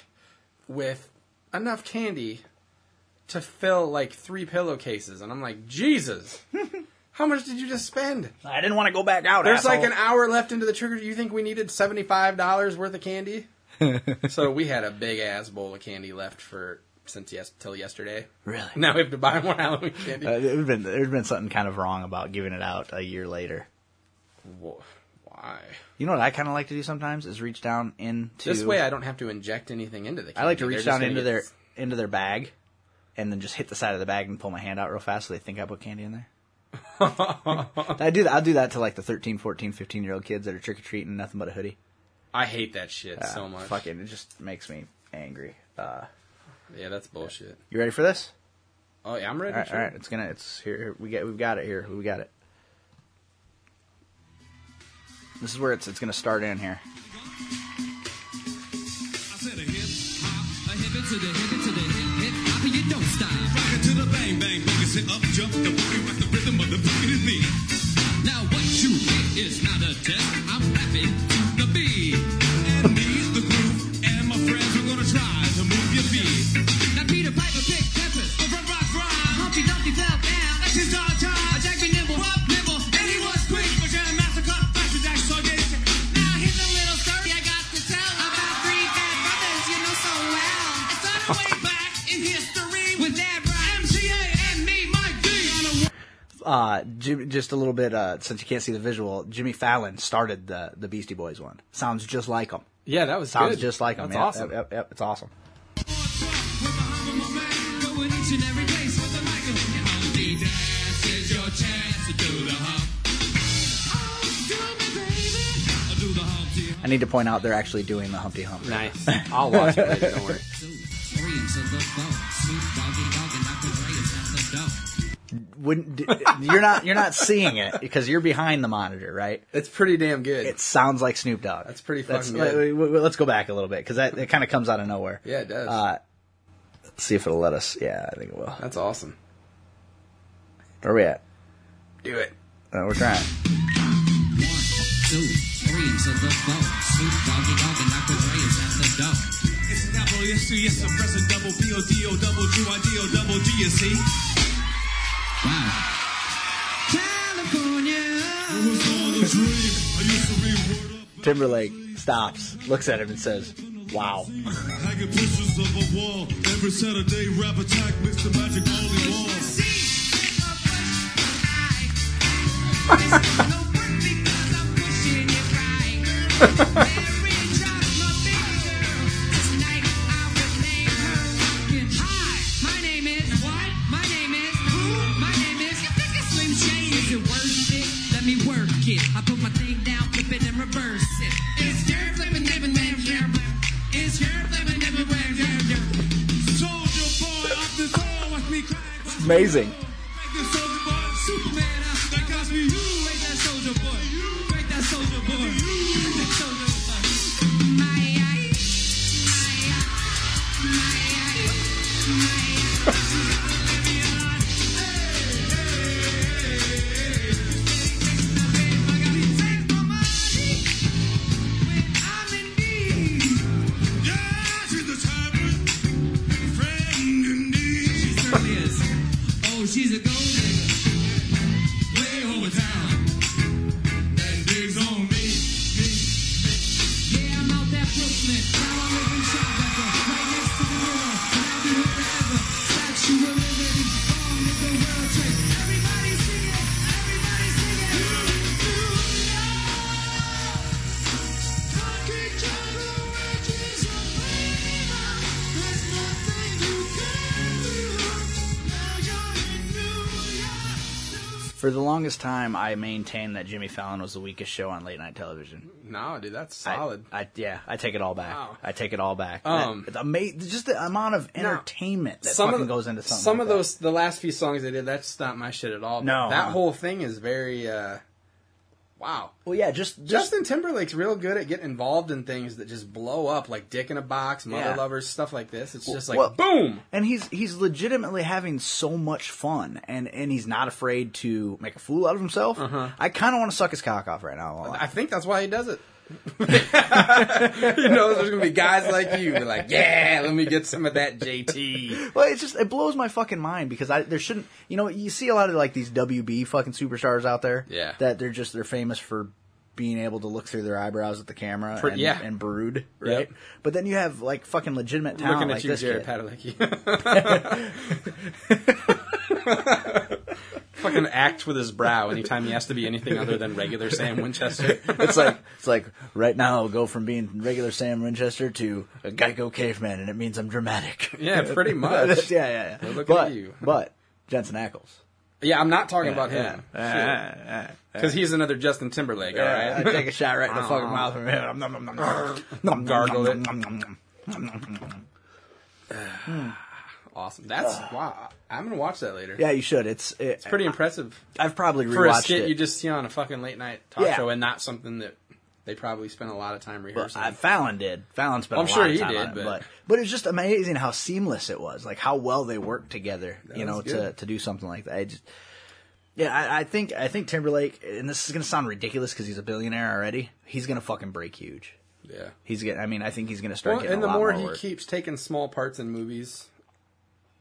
Speaker 3: with enough candy to fill like three pillowcases, and I'm like, Jesus, how much did you just spend?
Speaker 5: I didn't want to go back out.
Speaker 3: There's like
Speaker 5: asshole.
Speaker 3: an hour left into the trigger. You think we needed seventy five dollars worth of candy? so we had a big ass bowl of candy left for since yes till yesterday.
Speaker 5: Really?
Speaker 3: Now we have to buy more Halloween candy.
Speaker 5: Uh, there'd been there'd been something kind of wrong about giving it out a year later.
Speaker 3: Wha- Why?
Speaker 5: You know what I kind of like to do sometimes is reach down into
Speaker 3: This way, I don't have to inject anything into the. candy.
Speaker 5: I like to
Speaker 3: They're
Speaker 5: reach
Speaker 3: just
Speaker 5: down
Speaker 3: gonna
Speaker 5: into
Speaker 3: get-
Speaker 5: their into their bag, and then just hit the side of the bag and pull my hand out real fast so they think I put candy in there. I do that. I do that to like the 13, 14, 15 year old kids that are trick or treating nothing but a hoodie.
Speaker 3: I hate that shit
Speaker 5: Ah,
Speaker 3: so much.
Speaker 5: Fucking, Uh, it just makes me angry. Uh,
Speaker 3: Yeah, that's bullshit.
Speaker 5: you ready for this?
Speaker 3: Oh yeah, I'm ready.
Speaker 5: All right,
Speaker 3: sure.
Speaker 5: all right. It's gonna. It's here. here, We get. We've got it here. We got it. This is where it's. It's gonna start in here.
Speaker 4: I said a hip hop, a hip it to the hip it to the hip hip hop, and you don't stop. Rock it to the bang bang, bang it up, jump the booty, rock the rhythm of the fucking beat. Now what you hear is not a test. I'm rapping to the beat. And me's the groove, and my friends are gonna try to move your feet. Now Peter Piper picked peppers over rock rhyme. Humpty Dumpty fell down. That's his dog time. Jack be nimble, hop nimble, and he was quick. But Jam Massacre, Master Jack, so did it. Now here's a little story I got to tell about three bad brothers you know so well. It started way back in history with Dad Brown, MCA, and me, Mike D. On a
Speaker 5: Uh, Jim, just a little bit. Uh, since you can't see the visual, Jimmy Fallon started the the Beastie Boys one. Sounds just like them.
Speaker 3: Yeah, that was
Speaker 5: Sounds
Speaker 3: good.
Speaker 5: just like them.
Speaker 3: That's
Speaker 5: yeah.
Speaker 3: awesome.
Speaker 5: Yep, yep, yep, it's awesome.
Speaker 4: We're behind my man, going each and every place with a microphone. Humpty Dance is your chance to do the hump. Oh, do me, baby. I'll do the Humpty Hump.
Speaker 5: I need to point out they're actually doing the Humpty Hump.
Speaker 3: Nice. I'll watch it later. Don't worry.
Speaker 5: Wouldn't d- you're not you're not seeing it because you're behind the monitor, right?
Speaker 3: It's pretty damn good.
Speaker 5: It sounds like Snoop Dogg.
Speaker 3: That's pretty fucking
Speaker 5: let-
Speaker 3: good.
Speaker 5: let- let- Let's go back a little bit because that it kind of comes out of nowhere.
Speaker 3: yeah, it does.
Speaker 5: Uh, let's see if it'll let us. Yeah, I think it will.
Speaker 3: that's awesome.
Speaker 5: Where are we at?
Speaker 3: Do it.
Speaker 5: Uh, we're trying.
Speaker 4: It's capital yes, two, yes, I'm pressing double P O D O double Q I D O double G, you see?
Speaker 5: Timberlake stops, looks at him, and says, "Wow."
Speaker 6: Hanging pictures of a wall. Every Saturday, rap attack, mix the magic all the walls.
Speaker 4: Work it. I put my thing down, flip it and reverse it. It's dirt flipping, living
Speaker 5: amazing.
Speaker 4: Break that soldier boy, Superman uh, out. That got me you. Break that soldier boy. Break that soldier boy. Break that soldier boy. My eye. My eye. My eye. My eye. She certainly is. Oh, she's a gold digger. Way over town. That digs on me, me, me. Yeah, I'm out that Brooklyn. Now I live in Shopwrecker. Right next to the river. And I'll be here forever. Statue of Liberty. On with the world trade. Everybody sing it. Everybody sing it. You, you know.
Speaker 5: For the longest time, I maintained that Jimmy Fallon was the weakest show on late night television.
Speaker 3: No, dude, that's
Speaker 5: I-
Speaker 3: solid.
Speaker 5: I, yeah, I take it all back.
Speaker 3: Wow.
Speaker 5: I take it all back.
Speaker 3: Um,
Speaker 5: That- the ama- just the amount of entertainment that
Speaker 3: some
Speaker 5: fucking
Speaker 3: of
Speaker 5: goes into something.
Speaker 3: some
Speaker 5: like
Speaker 3: of
Speaker 5: that.
Speaker 3: those the last few songs they did. That's not my shit at all. but
Speaker 5: No.
Speaker 3: that whole thing is very. uh Wow,
Speaker 5: Well, yeah, just just
Speaker 3: Justin Timberlake's real good at getting involved in things that just blow up, like Dick in a Box, Mother
Speaker 5: Yeah.
Speaker 3: Lovers, stuff like this. It's just like
Speaker 5: well-
Speaker 3: boom.
Speaker 5: and he's he's legitimately having so much fun, and and he's not afraid to make a fool out of himself.
Speaker 3: Uh-huh.
Speaker 5: I kind of want to suck his cock off right now. I'm
Speaker 3: I
Speaker 5: like,
Speaker 3: think that's why he does it. you know, there's gonna be guys like you, like, yeah, let me get some of that JT.
Speaker 5: Well, it's just it blows my fucking mind because I there shouldn't you know you see a lot of like these WB fucking superstars out there
Speaker 3: Yeah.
Speaker 5: that they're just they're famous for being able to look through their eyebrows at the camera
Speaker 3: Pre-
Speaker 5: and,
Speaker 3: yeah.
Speaker 5: and brood right
Speaker 3: Yep.
Speaker 5: but then you have like fucking legitimate talent
Speaker 3: Looking
Speaker 5: like
Speaker 3: at you,
Speaker 5: this
Speaker 3: Jared
Speaker 5: kid.
Speaker 3: Padalecki. Fucking act with his brow anytime he has to be anything other than regular Sam Winchester.
Speaker 5: it's like it's like right now I'll go from being regular Sam Winchester to a Geico caveman, and it means I'm dramatic.
Speaker 3: Yeah, pretty much.
Speaker 5: That's- yeah, yeah, yeah.
Speaker 3: look at
Speaker 5: but,
Speaker 3: you.
Speaker 5: But Jensen Ackles.
Speaker 3: Yeah, I'm not talking about him
Speaker 5: Yeah.
Speaker 3: because he's another Justin Timberlake. All
Speaker 5: Yeah,
Speaker 3: right,
Speaker 5: I take a shot right in the
Speaker 3: Ah.
Speaker 5: fucking mouth of him. Nom, nom, nom, nom. Nom,
Speaker 3: Gargle
Speaker 5: nom,
Speaker 3: it.
Speaker 5: nom, nom, nom, nom, nom, nom, nom.
Speaker 3: awesome. That's wow. I'm gonna watch that later.
Speaker 5: Yeah, you should. It's it, it's
Speaker 3: pretty impressive.
Speaker 5: I've probably rewatched
Speaker 3: for a skit
Speaker 5: it.
Speaker 3: you just see on a fucking late night talk
Speaker 5: Yeah.
Speaker 3: show and not something that they probably spent a lot of time
Speaker 5: but
Speaker 3: rehearsing.
Speaker 5: I, Fallon did. Fallon spent.
Speaker 3: I'm
Speaker 5: a
Speaker 3: sure
Speaker 5: lot of
Speaker 3: he
Speaker 5: time
Speaker 3: did,
Speaker 5: on it,
Speaker 3: but-
Speaker 5: but but it's just amazing how seamless it was, like how well they worked together. you
Speaker 3: was
Speaker 5: know, to
Speaker 3: good.
Speaker 5: to do something like that. I just, yeah, I, I think I think Timberlake, and this is gonna sound ridiculous because he's a billionaire already. He's gonna fucking break huge.
Speaker 3: yeah.
Speaker 5: He's gonna. I mean, I think he's gonna start
Speaker 3: Well,
Speaker 5: getting
Speaker 3: and
Speaker 5: a
Speaker 3: the
Speaker 5: lot
Speaker 3: more,
Speaker 5: more,
Speaker 3: he
Speaker 5: work.
Speaker 3: keeps taking small parts in movies,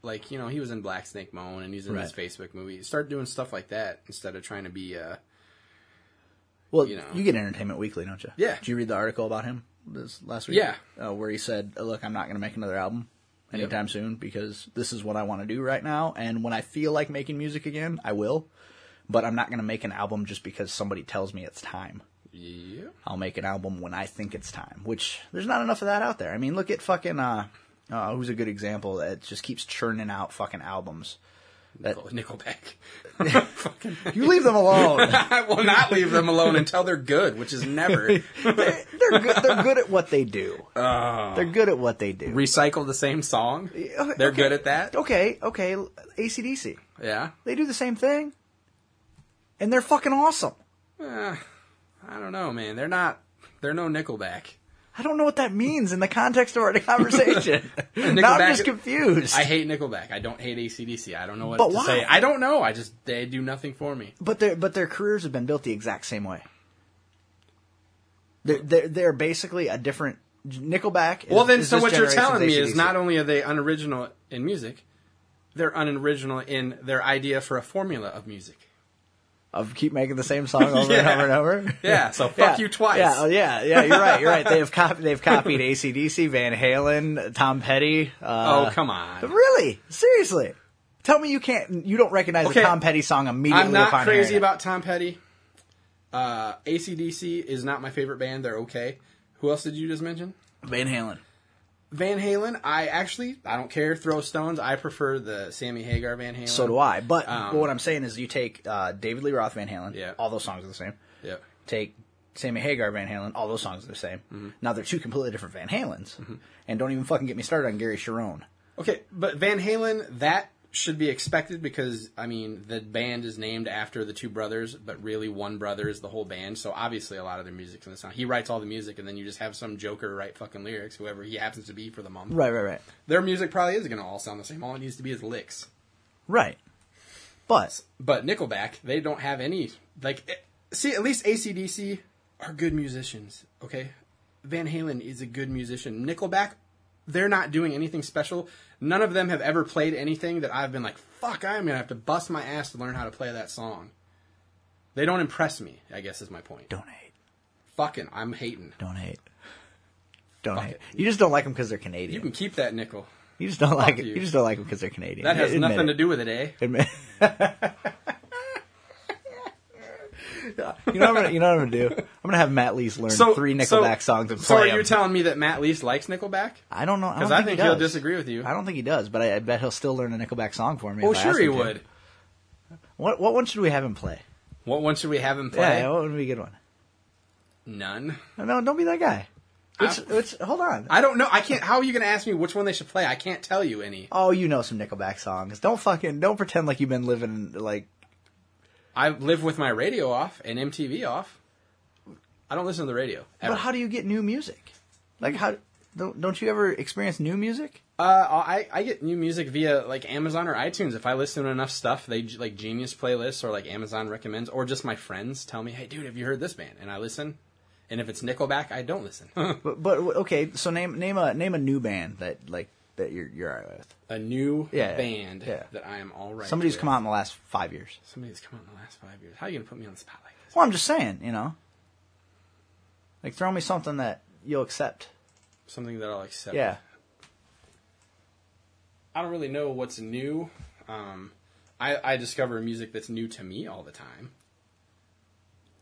Speaker 3: like you know, he was in Black Snake Moan and he's in this
Speaker 5: Right.
Speaker 3: Facebook movie. Start doing stuff like that instead of trying to be. Uh,
Speaker 5: Well,
Speaker 3: you know.
Speaker 5: you get Entertainment Weekly, don't you?
Speaker 3: Yeah.
Speaker 5: Did you read the article about him this last week?
Speaker 3: Yeah.
Speaker 5: Uh, where he said, "Oh, "Look, I'm not going to make another album anytime soon because this is what I want to do right now, and when I feel like making music again, I will. But I'm not going to make an album just because somebody tells me it's time.
Speaker 3: yeah.
Speaker 5: I'll make an album when I think it's time. Which there's not enough of that out there. I mean, look at fucking uh, uh who's a good example that just keeps churning out fucking albums. That
Speaker 3: Nickelback.
Speaker 5: you leave them alone.
Speaker 3: I will not leave them alone until they're good, which is never.
Speaker 5: they're, they're good. They're good at what they do.
Speaker 3: Oh.
Speaker 5: They're good at what they do.
Speaker 3: Recycle the same song.
Speaker 5: okay,
Speaker 3: They're
Speaker 5: okay.
Speaker 3: good at that.
Speaker 5: Okay, okay. ACDC.
Speaker 3: Yeah.
Speaker 5: They do the same thing. And they're fucking awesome.
Speaker 3: I don't know, man. They're not. They're no Nickelback.
Speaker 5: I don't know what that means in the context of our conversation. now
Speaker 3: Nickelback-
Speaker 5: I'm just confused.
Speaker 3: I hate Nickelback. I don't hate ACDC. I don't know what
Speaker 5: But
Speaker 3: to
Speaker 5: why?
Speaker 3: say. I don't know. I just they do nothing for me.
Speaker 5: but their but their careers have been built the exact same way. They're they're, they're basically a different Nickelback. Is,
Speaker 3: well, then,
Speaker 5: is
Speaker 3: so
Speaker 5: this
Speaker 3: what you're
Speaker 5: generation's
Speaker 3: telling me is
Speaker 5: AC/DC.
Speaker 3: not only are they unoriginal in music, they're unoriginal in their idea for a formula of music.
Speaker 5: of keep making the same song over and
Speaker 3: Yeah.
Speaker 5: over and over.
Speaker 3: Yeah, so fuck you twice.
Speaker 5: Yeah, oh, yeah, yeah. You're right. You're right. They have copied. They've copied ACDC, Van Halen, Tom Petty. Uh,
Speaker 3: oh, come on.
Speaker 5: Really? Seriously? Tell me you can't. You don't recognize
Speaker 3: Okay.
Speaker 5: a Tom Petty song immediately.
Speaker 3: I'm not
Speaker 5: upon
Speaker 3: crazy
Speaker 5: hearing it.
Speaker 3: about Tom Petty. Uh, ACDC is not my favorite band. They're okay. Who else did you just mention?
Speaker 5: Van Halen.
Speaker 3: Van Halen. I actually, I don't care. Throw stones. I prefer the Sammy Hagar Van Halen.
Speaker 5: So do I. But
Speaker 3: Um,
Speaker 5: what I'm saying is, you take uh, David Lee Roth Van Halen.
Speaker 3: Yeah.
Speaker 5: All those songs are the same.
Speaker 3: Yeah.
Speaker 5: Take Sammy Hagar Van Halen. All those songs are the same.
Speaker 3: Mm-hmm.
Speaker 5: Now they're two completely different Van Halens. And don't even fucking get me started on Gary Sharon.
Speaker 3: Okay, but Van Halen, that should be expected because I mean the band is named after the two brothers, but really one brother is the whole band. So obviously a lot of their music's in the song. He writes all the music, and then you just have some joker write fucking lyrics, whoever he happens to be for the month.
Speaker 5: Right, right, right,
Speaker 3: Their music probably is going to all sound the same. All it needs to be is licks.
Speaker 5: right. But
Speaker 3: But Nickelback, they don't have any like. eh, See, at least ACDC are good musicians. Okay, Van Halen is a good musician. Nickelback, they're not doing anything special. None of them have ever played anything that I've been like, "Fuck, I'm gonna have to bust my ass to learn how to play that song." They don't impress me. I guess is my point.
Speaker 5: don't hate,
Speaker 3: Fucking, I'm hating.
Speaker 5: don't hate, don't
Speaker 3: Fuck
Speaker 5: hate.
Speaker 3: it.
Speaker 5: You just don't like them because they're
Speaker 3: You
Speaker 5: Canadian.
Speaker 3: can
Speaker 5: You,
Speaker 3: keep that nickel.
Speaker 5: just don't like it.
Speaker 3: you.
Speaker 5: You. just don't like them because they're Canadian.
Speaker 3: That has nothing to do with it, eh?
Speaker 5: Admit. you know what I'm gonna, you know what I'm gonna do? I'm gonna have Matt Lees learn three Nickelback
Speaker 3: so,
Speaker 5: songs and play
Speaker 3: So are
Speaker 5: 'em.
Speaker 3: you telling me that Matt Lees likes Nickelback?
Speaker 5: I don't know. I
Speaker 3: Because
Speaker 5: don't
Speaker 3: I
Speaker 5: think,
Speaker 3: think
Speaker 5: he
Speaker 3: he'll
Speaker 5: does.
Speaker 3: disagree with you.
Speaker 5: I don't think he does, but I, I bet he'll still learn a Nickelback song for me.
Speaker 3: Oh,
Speaker 5: if I ask
Speaker 3: sure he
Speaker 5: him to.
Speaker 3: would.
Speaker 5: What what one should we have him play?
Speaker 3: What one should we have him play?
Speaker 5: Yeah, what would be a good one?
Speaker 3: None.
Speaker 5: No, don't be that guy. Which,
Speaker 3: I-
Speaker 5: which, hold on.
Speaker 3: I don't know. I can't. How are you going to ask me which one they should play? I can't tell you any.
Speaker 5: oh, you know some Nickelback songs. Don't fucking don't pretend like you've been living like.
Speaker 3: I live with my radio off and MTV off. I don't listen to the radio. Ever.
Speaker 5: But how do you get new music? Like how don't don't you ever experience new music?
Speaker 3: uh, I I get new music via like Amazon or iTunes. If I listen to enough stuff, they g- like Genius playlists or like Amazon recommends, or just my friends tell me, "Hey, dude, have you heard this band?" And I listen. And if it's Nickelback, I don't listen.
Speaker 5: But, but okay, so name name a name a new band that like that you're you're alright with.
Speaker 3: a new
Speaker 5: Yeah,
Speaker 3: band
Speaker 5: yeah.
Speaker 3: that I am all right.
Speaker 5: Somebody's
Speaker 3: with.
Speaker 5: come out in the last five years.
Speaker 3: Somebody's come out in the last five years. How are you going to put me on the spot like this?
Speaker 5: Well, I'm just saying, you know, like throw me something that you'll accept.
Speaker 3: Something that I'll accept.
Speaker 5: Yeah,
Speaker 3: I don't really know what's new. Um, I, I discover music that's new to me all the time.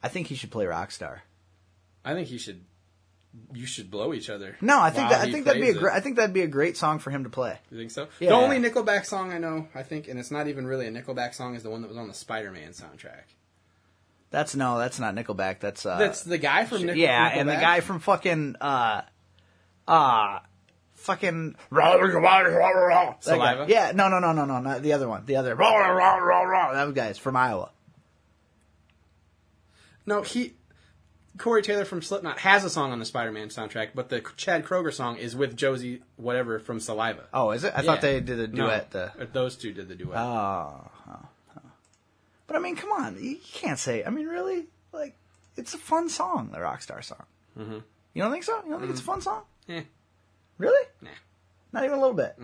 Speaker 5: I think he should play Rockstar.
Speaker 3: I think you should you should blow each other.
Speaker 5: No, I think
Speaker 3: while
Speaker 5: that, I
Speaker 3: he
Speaker 5: think that'd be a
Speaker 3: plays
Speaker 5: great
Speaker 3: it.
Speaker 5: I think that'd be a great song for him to play.
Speaker 3: You think so?
Speaker 5: Yeah.
Speaker 3: The only Nickelback song I know, I think, and it's not even really a Nickelback song, is the one that was on the Spider-Man soundtrack.
Speaker 5: That's no, that's not Nickelback. That's uh,
Speaker 3: That's the guy from Nickel-
Speaker 5: yeah, and the
Speaker 3: Nickelback.
Speaker 5: guy from fucking uh, uh fucking That guy.
Speaker 3: Saliva?
Speaker 5: Yeah, no, no, no, no, no, not the other one. The other that guy's from Iowa.
Speaker 3: No, he Corey Taylor from Slipknot has a song on the Spider-Man soundtrack, but the Chad Kroger song is with Josie whatever from Saliva.
Speaker 5: Oh, is it? I
Speaker 3: Yeah.
Speaker 5: thought they did a duet.
Speaker 3: No,
Speaker 5: uh,
Speaker 3: those two did the duet.
Speaker 5: But I mean, come on, you you can't say. I mean, really, like it's a fun song, the Rockstar song. Mm-hmm. You don't think so? You don't think it's a fun song?
Speaker 3: Eh.
Speaker 5: Really?
Speaker 3: Nah.
Speaker 5: Not even a little bit.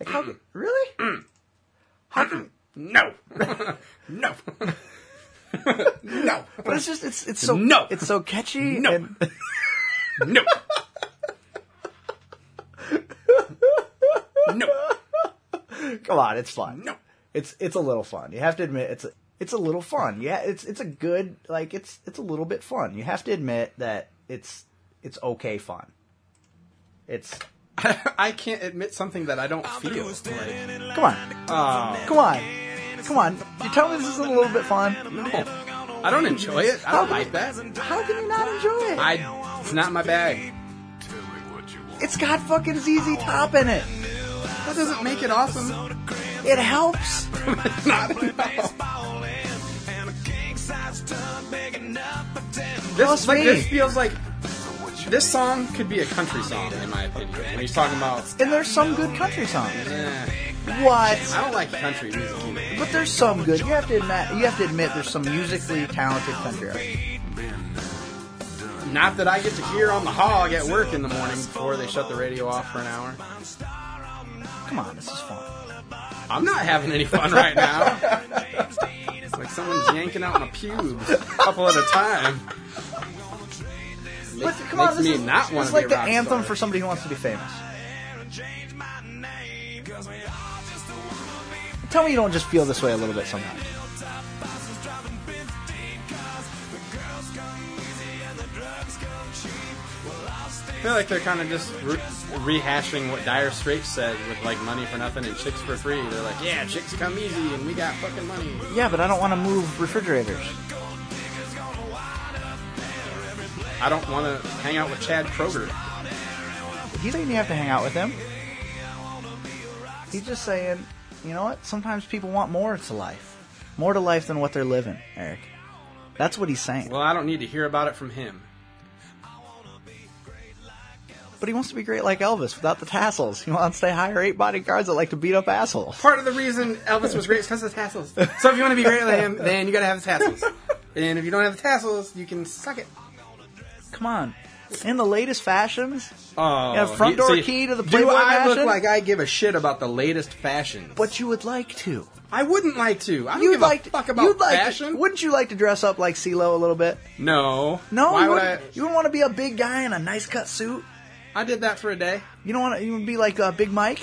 Speaker 5: Like how? could- Really? How can?
Speaker 3: No. no. no.
Speaker 5: But it's just it's it's so
Speaker 3: No.
Speaker 5: it's so catchy.
Speaker 3: No.
Speaker 5: and-
Speaker 3: No. no.
Speaker 5: come on, it's fun.
Speaker 3: No.
Speaker 5: It's it's a little fun. You have to admit it's a, it's a little fun. Yeah, it's it's a good like it's it's a little bit fun. You have to admit that it's it's okay fun. It's
Speaker 3: I can't admit something that I don't feel. Like,
Speaker 5: come on,
Speaker 3: Oh.
Speaker 5: come on, come on. You tell me this isn't a little bit fun.
Speaker 3: no. I don't enjoy it. I don't like that.
Speaker 5: How can you not enjoy it?
Speaker 3: I. It's not my bag.
Speaker 5: it's got fucking ZZ Top in it.
Speaker 3: That doesn't make it awesome.
Speaker 5: It helps.
Speaker 3: This, like,
Speaker 5: me.
Speaker 3: this feels like. This song could be a country song, in my opinion. When he's talking about.
Speaker 5: And there's some good country songs.
Speaker 3: eh,
Speaker 5: What?
Speaker 3: I don't like country music. either.
Speaker 5: But there's some good. You have to admit. You have to admit there's some musically talented country. artists.
Speaker 3: Not that I get to hear on the hog at work in the morning before they shut the radio off for an hour.
Speaker 5: Come on, this is fun.
Speaker 3: I'm not having any fun right now. it's like someone's yanking out my pubes a couple at a time.
Speaker 5: But come
Speaker 3: makes
Speaker 5: on, this
Speaker 3: me
Speaker 5: is
Speaker 3: not
Speaker 5: this
Speaker 3: wanna
Speaker 5: is
Speaker 3: be a
Speaker 5: like the
Speaker 3: rock
Speaker 5: anthem
Speaker 3: star.
Speaker 5: for somebody who wants to be famous. Tell me you don't just feel this way a little bit sometimes.
Speaker 3: I feel like they're kind of just re- rehashing what Dire Straits said with like money for nothing and chicks for free. They're like, yeah, chicks come easy and we got fucking money.
Speaker 5: Yeah, but I don't want to move refrigerators.
Speaker 3: I don't want to hang out with Chad Kroger.
Speaker 5: He's saying you have to hang out with him. He's just saying you know what? Sometimes people want more to life, more to life than what they're living, Eric. That's what he's saying.
Speaker 3: Well, I don't need to hear about it from him.
Speaker 5: But he wants to be great like Elvis without the tassels. He wants to hire eight bodyguards that like to beat up assholes.
Speaker 3: Part of the reason Elvis was great is because of the tassels. So if you want to be great like him, then you got to have the tassels. And if you don't have the tassels, you can suck it.
Speaker 5: Come on. In the latest fashions,
Speaker 3: Oh,
Speaker 5: Yeah, front
Speaker 3: you-
Speaker 5: door
Speaker 3: you-
Speaker 5: key to the
Speaker 3: Do
Speaker 5: Playboy
Speaker 3: I look
Speaker 5: Mansion?
Speaker 3: like I give a shit about the latest fashions?
Speaker 5: but you would like to.
Speaker 3: I wouldn't like to. I don't
Speaker 5: You'd
Speaker 3: give
Speaker 5: like
Speaker 3: a
Speaker 5: to
Speaker 3: fuck about
Speaker 5: you'd like to-
Speaker 3: fashion.
Speaker 5: wouldn't you like to dress up like CeeLo a little bit?
Speaker 3: no,
Speaker 5: No,
Speaker 3: Why
Speaker 5: you
Speaker 3: would I?
Speaker 5: wouldn't- You wouldn't want to be a big guy in a nice cut suit.
Speaker 3: I did that for a day.
Speaker 5: You don't want to. You would be like uh, Big Mike.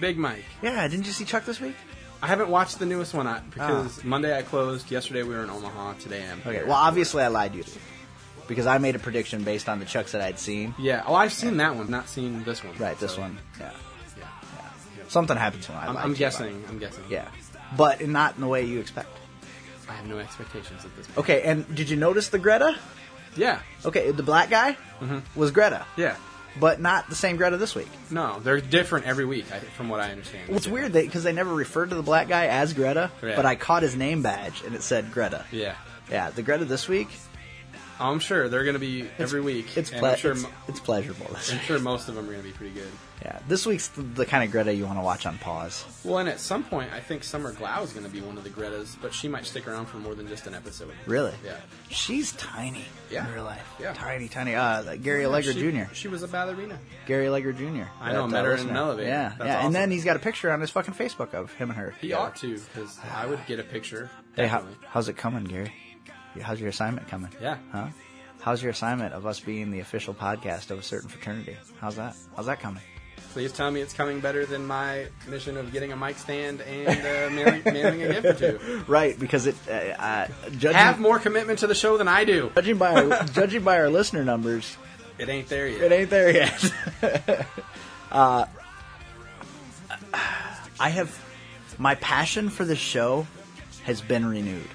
Speaker 3: Big Mike.
Speaker 5: Yeah, didn't you see Chuck this week?
Speaker 3: I haven't watched the newest one I- because Monday I closed. Yesterday we were in Omaha. Today I'm.
Speaker 5: Ah. Okay.
Speaker 3: here.
Speaker 5: Well, obviously I lied to you because I made a prediction based on the Chucks that I'd seen.
Speaker 3: Yeah. Oh, I've seen that one. Not seen this one.
Speaker 5: Right. This
Speaker 3: So,
Speaker 5: one. Yeah.
Speaker 3: Yeah.
Speaker 5: Something happened to him. I
Speaker 3: I'm,
Speaker 5: lied
Speaker 3: I'm
Speaker 5: to you about
Speaker 3: guessing. I'm guessing.
Speaker 5: it. Yeah. But not in the way you expect.
Speaker 3: I have no expectations at this point.
Speaker 5: Okay. And did you notice the Greta?
Speaker 3: Yeah.
Speaker 5: Okay. The black guy
Speaker 3: Mm-hmm.
Speaker 5: was Greta,
Speaker 3: Yeah.
Speaker 5: but not the same Greta this week.
Speaker 3: No, they're different every week, I, from what I understand.
Speaker 5: Well, it's weird because they never referred to the black guy as Greta,
Speaker 3: Yeah.
Speaker 5: but I caught his name badge and it said Greta.
Speaker 3: Yeah. Oh,
Speaker 5: Yeah, the Greta this week,
Speaker 3: I'm sure they're going to be every week.
Speaker 5: it's,
Speaker 3: and
Speaker 5: ple-
Speaker 3: I'm sure,
Speaker 5: it's,
Speaker 3: mo-
Speaker 5: it's pleasurable. This
Speaker 3: I'm
Speaker 5: week.
Speaker 3: sure most of them are going to be pretty good.
Speaker 5: Yeah, this week's the, the kind of Greta you want to watch on pause.
Speaker 3: Well, and at some point, I think Summer Glau is going to be one of the Gretas, but she might stick around for more than just an episode.
Speaker 5: Really?
Speaker 3: Yeah.
Speaker 5: She's tiny
Speaker 3: Yeah.
Speaker 5: in real life.
Speaker 3: Yeah.
Speaker 5: Tiny, tiny. Uh, like Gary Allegra
Speaker 3: She-
Speaker 5: Jr.
Speaker 3: She was a ballerina.
Speaker 5: Gary Allegra Jr.
Speaker 3: I know,
Speaker 5: That,
Speaker 3: met
Speaker 5: uh,
Speaker 3: her in
Speaker 5: listener.
Speaker 3: an elevator.
Speaker 5: Yeah,
Speaker 3: That's
Speaker 5: yeah. And
Speaker 3: awesome.
Speaker 5: then he's got a picture on his fucking Facebook of him and her.
Speaker 3: He
Speaker 5: together.
Speaker 3: ought to, because I would get a picture.
Speaker 5: Hey, how,
Speaker 3: definitely.
Speaker 5: how's it coming, Gary? Yeah, How's your assignment coming?
Speaker 3: Yeah.
Speaker 5: Huh? How's your assignment of us being the official podcast of a certain fraternity? How's that? How's that coming?
Speaker 3: Please tell me it's coming better than my mission of getting a mic stand and uh, mailing, mailing a gift or two.
Speaker 5: Right, because it uh, uh, judging,
Speaker 3: Have more commitment to the show than I do.
Speaker 5: judging by our, judging by our listener numbers,
Speaker 3: It ain't there yet.
Speaker 5: it ain't there yet. uh, I have my passion for the show has been renewed.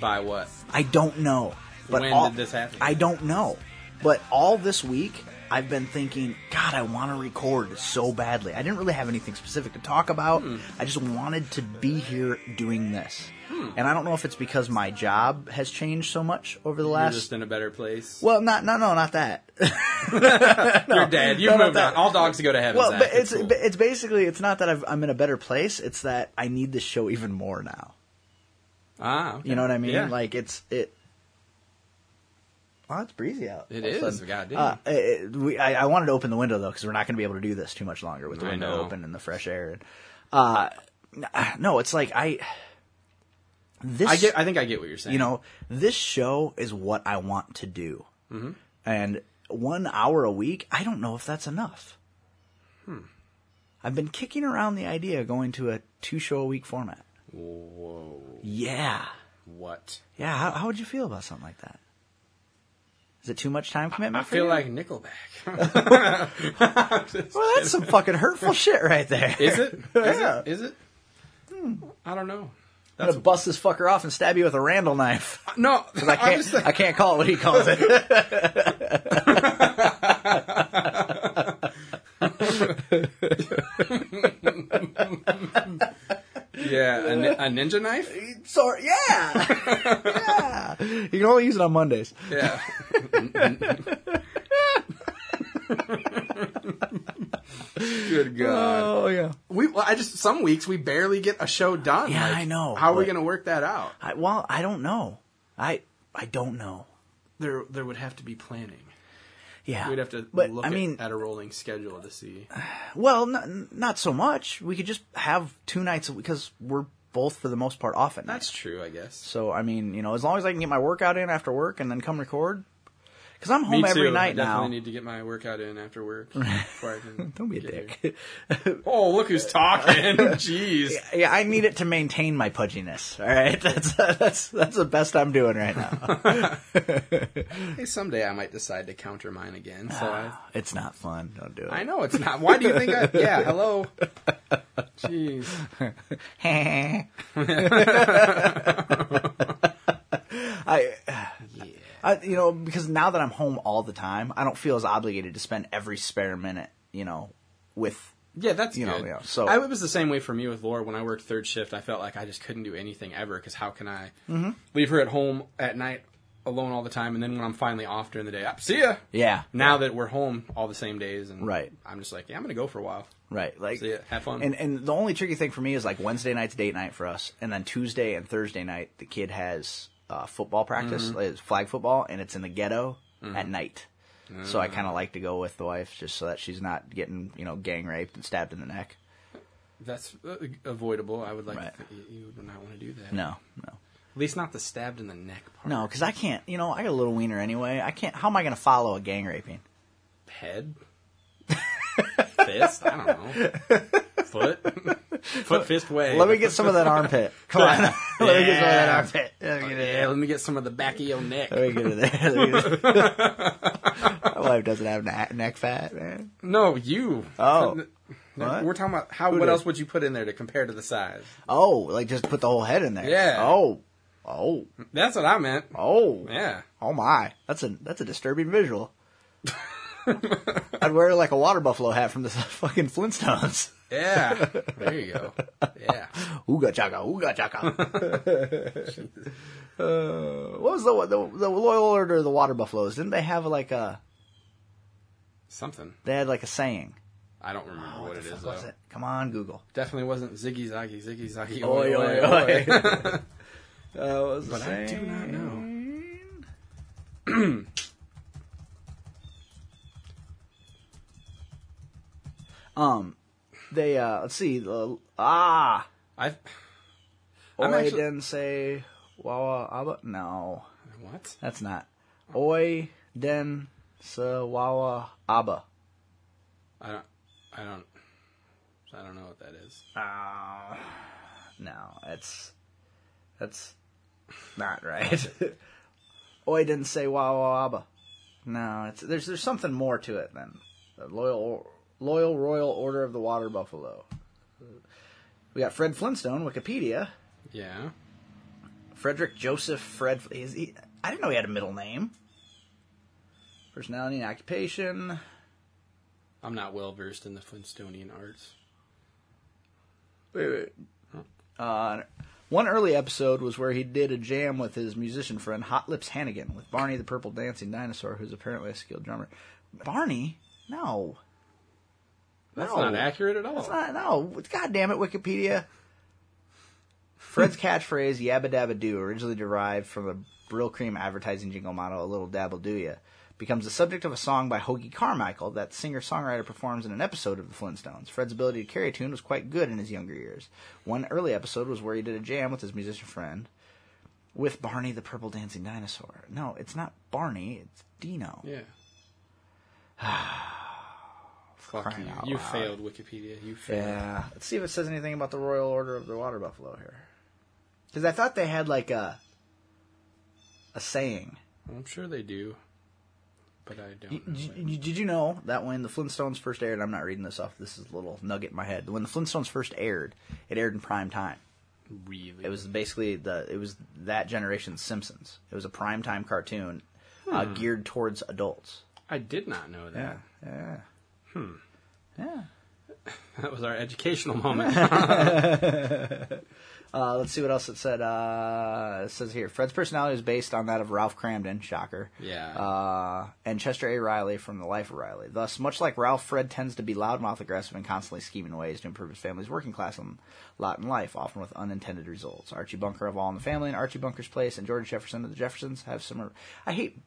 Speaker 3: By what?
Speaker 5: I don't know. But
Speaker 3: When
Speaker 5: all-
Speaker 3: did this happen?
Speaker 5: I don't know. But all this week, I've been thinking, God, I want to record so badly. I didn't really have anything specific to talk about.
Speaker 3: Hmm.
Speaker 5: I just wanted to be here doing this.
Speaker 3: Hmm.
Speaker 5: And I don't know if it's because my job has changed so much over the
Speaker 3: You're
Speaker 5: last.
Speaker 3: just in a better place.
Speaker 5: well, not no no not that.
Speaker 3: You're dead. You've
Speaker 5: no, no,
Speaker 3: moved on.
Speaker 5: that-
Speaker 3: All dogs go to heaven.
Speaker 5: well,
Speaker 3: Zach.
Speaker 5: but it's
Speaker 3: cool.
Speaker 5: but it's basically it's not that I've, I'm in a better place. It's that I need this show even more now.
Speaker 3: ah, okay.
Speaker 5: You know what I mean?
Speaker 3: Yeah.
Speaker 5: Like it's it. Wow, it's breezy out.
Speaker 3: It
Speaker 5: All of a
Speaker 3: is,
Speaker 5: sudden.
Speaker 3: goddamn.
Speaker 5: Uh, it- we, I, I wanted to open the window though because we're not going to be able to do this too much longer with the
Speaker 3: I
Speaker 5: window
Speaker 3: know.
Speaker 5: open and the fresh air. And, uh, n- no, it's like I. This
Speaker 3: I get. I think I get what you're saying.
Speaker 5: you know, this show is what I want to do,
Speaker 3: Mm-hmm.
Speaker 5: and one hour a week, I don't know if that's enough. Hmm. I've been kicking around the idea of going to a two show a week format.
Speaker 3: Whoa.
Speaker 5: Yeah.
Speaker 3: What?
Speaker 5: Yeah, how, how would you feel about something like that? Is it too much time commitment?
Speaker 3: I feel like Nickelback.
Speaker 5: well, that's some fucking hurtful shit right there.
Speaker 3: Is it? Is
Speaker 5: Yeah.
Speaker 3: it? Is it? Hmm. I don't know.
Speaker 5: I'm gonna bust this fucker off and stab you with a Randall knife.
Speaker 3: Uh, No,
Speaker 5: I
Speaker 3: I'm
Speaker 5: can't.
Speaker 3: just saying-
Speaker 5: I can't call it what he calls it.
Speaker 3: yeah, a, ni- a ninja knife.
Speaker 5: Sorry. Yeah. yeah. You can only use it on Mondays.
Speaker 3: Yeah. Good God.
Speaker 5: Oh yeah.
Speaker 3: Uh, we. Well, I just some weeks we barely get a show done.
Speaker 5: Yeah,
Speaker 3: Like,
Speaker 5: I know.
Speaker 3: How are we
Speaker 5: Like-
Speaker 3: going to work that out?
Speaker 5: I, well, I don't know. I I don't know.
Speaker 3: There, there would have to be planning.
Speaker 5: Yeah.
Speaker 3: We'd have to
Speaker 5: But
Speaker 3: look
Speaker 5: I
Speaker 3: at-
Speaker 5: mean,
Speaker 3: at, a rolling schedule to see.
Speaker 5: well, not, not so much. We could just have two nights because we're both for the most part off at night.
Speaker 3: That's true, I guess.
Speaker 5: So I mean, you know, as long as I can get my workout in after work and then come record, because I'm home
Speaker 3: Me
Speaker 5: every
Speaker 3: too. I
Speaker 5: night
Speaker 3: definitely
Speaker 5: now.
Speaker 3: need to get my workout in after work. before I can
Speaker 5: Don't be a
Speaker 3: get here.
Speaker 5: dick.
Speaker 3: Oh, look who's talking! Jeez.
Speaker 5: yeah, I need it to maintain my pudginess. All right, that's that's that's the best I'm doing right now.
Speaker 3: Hey, someday I might decide to counter mine again. So I,
Speaker 5: it's not fun. Don't do it.
Speaker 3: I know it's not. Why do you think? I, yeah. Hello. Jeez.
Speaker 5: I I, you know, because now that I'm home all the time, I don't feel as obligated to spend every spare minute, you know, with
Speaker 3: Yeah, that's
Speaker 5: You know,
Speaker 3: good.
Speaker 5: yeah, so-
Speaker 3: I, it was the same way for me with Laura when I worked third shift. I felt like I just couldn't do anything ever because how can I
Speaker 5: Mm-hmm.
Speaker 3: leave her at home at night alone all the time, and then when I'm finally off during the day, ah, see ya.
Speaker 5: Yeah.
Speaker 3: Now that we're home all the same days, and
Speaker 5: Right.
Speaker 3: I'm just like, yeah, I'm gonna go for a while.
Speaker 5: Right. Like
Speaker 3: So, yeah, have fun.
Speaker 5: And and the only tricky thing for me is like Wednesday night's date night for us, and then Tuesday and Thursday night the kid has uh, football practice,
Speaker 3: Mm-hmm.
Speaker 5: like, it's flag football, and it's in the ghetto at night. So I kind of like to go with the wife just so that she's not getting you know gang raped and stabbed in the neck.
Speaker 3: That's uh, avoidable. I would like
Speaker 5: Right.
Speaker 3: to think you- you would not want to do that.
Speaker 5: No, no,
Speaker 3: At least not the stabbed in the neck part.
Speaker 5: no, because I can't. You know, I got a little wiener anyway. I can't. How am I going to follow a gang raping?
Speaker 3: Head. fist. I don't know. Foot. Foot fist way.
Speaker 5: Let me get some of that armpit. Come on, let me get some of that
Speaker 3: Yeah.
Speaker 5: armpit. Let me get it.
Speaker 3: Yeah, let me get some of the back of your neck.
Speaker 5: Let me get it there. Let me get it. My wife doesn't have na- neck fat, man.
Speaker 3: No, you.
Speaker 5: Oh.
Speaker 3: No,
Speaker 5: What?
Speaker 3: We're talking about how. what
Speaker 5: did?
Speaker 3: else would you put in there to compare to the size?
Speaker 5: Oh, like just put the whole head in there.
Speaker 3: Yeah.
Speaker 5: Oh. Oh.
Speaker 3: That's what I meant.
Speaker 5: Oh.
Speaker 3: Yeah.
Speaker 5: Oh my. That's a that's a disturbing visual. I'd wear like a water buffalo hat from the fucking Flintstones.
Speaker 3: Yeah. There you go. Yeah.
Speaker 5: Ooga chaka, ooga chaka. uh, what was the, one- the the loyal order of the water buffaloes? Didn't they have like a
Speaker 3: Something.
Speaker 5: they had like a saying?
Speaker 3: I don't remember Oh, what it is
Speaker 5: What
Speaker 3: though.
Speaker 5: was it? Come on, Google.
Speaker 3: Definitely wasn't Ziggy Zaggy Ziggy Zaggy.
Speaker 5: Oi,
Speaker 3: Oi
Speaker 5: oi,
Speaker 3: oi
Speaker 5: oi.
Speaker 3: oi.
Speaker 5: Uh, what was the
Speaker 3: But I do not know.
Speaker 5: Um, they uh, let's see. The, ah,
Speaker 3: I. I'm
Speaker 5: oi
Speaker 3: actually-
Speaker 5: didn't say wawa aba. No,
Speaker 3: What?
Speaker 5: that's not. Oi den se wawa aba.
Speaker 3: I don't. I don't. I don't know what that is.
Speaker 5: No, that's that's not right. oi didn't say wawa aba. No, it's there's there's something more to it than the loyal loyal royal order of the water buffalo. We got Fred Flintstone, Wikipedia.
Speaker 3: Yeah.
Speaker 5: Frederick Joseph Fred. Is he, I didn't know he had a middle name. Personality and occupation.
Speaker 3: I'm not well versed in the Flintstonian arts.
Speaker 5: Wait, wait. Uh, one early episode was where he did a jam with his musician friend Hot Lips Hannigan with Barney the Purple Dancing Dinosaur, who's apparently a skilled drummer. Barney? No.
Speaker 3: That's
Speaker 5: No.
Speaker 3: not accurate at all.
Speaker 5: That's not, no. God damn it, Wikipedia. Fred's
Speaker 3: Hmm.
Speaker 5: catchphrase, Yabba Dabba Doo, originally derived from the Brill Cream advertising jingle model, A Little Dabble Do Ya, becomes the subject of a song by Hoagy Carmichael that singer songwriter performs in an episode of The Flintstones. Fred's ability to carry a tune was quite good in his younger years. One early episode was where he did a jam with his musician friend with Barney the Purple Dancing Dinosaur. No, it's not Barney, it's Dino.
Speaker 3: Yeah. Fuck
Speaker 5: Crying
Speaker 3: you.
Speaker 5: out
Speaker 3: You
Speaker 5: loud.
Speaker 3: failed Wikipedia. You failed.
Speaker 5: Yeah. Uh, Let's see if it says anything about the Royal Order of the Water Buffalo here. Because I thought they had like a a saying.
Speaker 3: I'm sure they do, but I don't. know
Speaker 5: Did
Speaker 3: it.
Speaker 5: you, did you know that when the Flintstones first aired, I'm not reading this off. This is a little nugget in my head. When the Flintstones first aired, it aired in prime time.
Speaker 3: Really?
Speaker 5: It was basically the it was that generation's Simpsons. It was a prime time cartoon uh, geared towards adults.
Speaker 3: I did not know that.
Speaker 5: Yeah.
Speaker 3: That was our educational moment.
Speaker 5: Uh, let's see what else it said. Uh, it says here Fred's personality is based on that of Ralph Cramden, shocker.
Speaker 3: Yeah.
Speaker 5: Uh, and Chester A. Riley from The Life of Riley. Thus, much like Ralph, Fred tends to be loudmouth, aggressive, and constantly scheming ways to improve his family's working class and lot in life, often with unintended results. Archie Bunker of All in the Family and Archie Bunker's Place and George Jefferson of the Jeffersons have similar. I hate.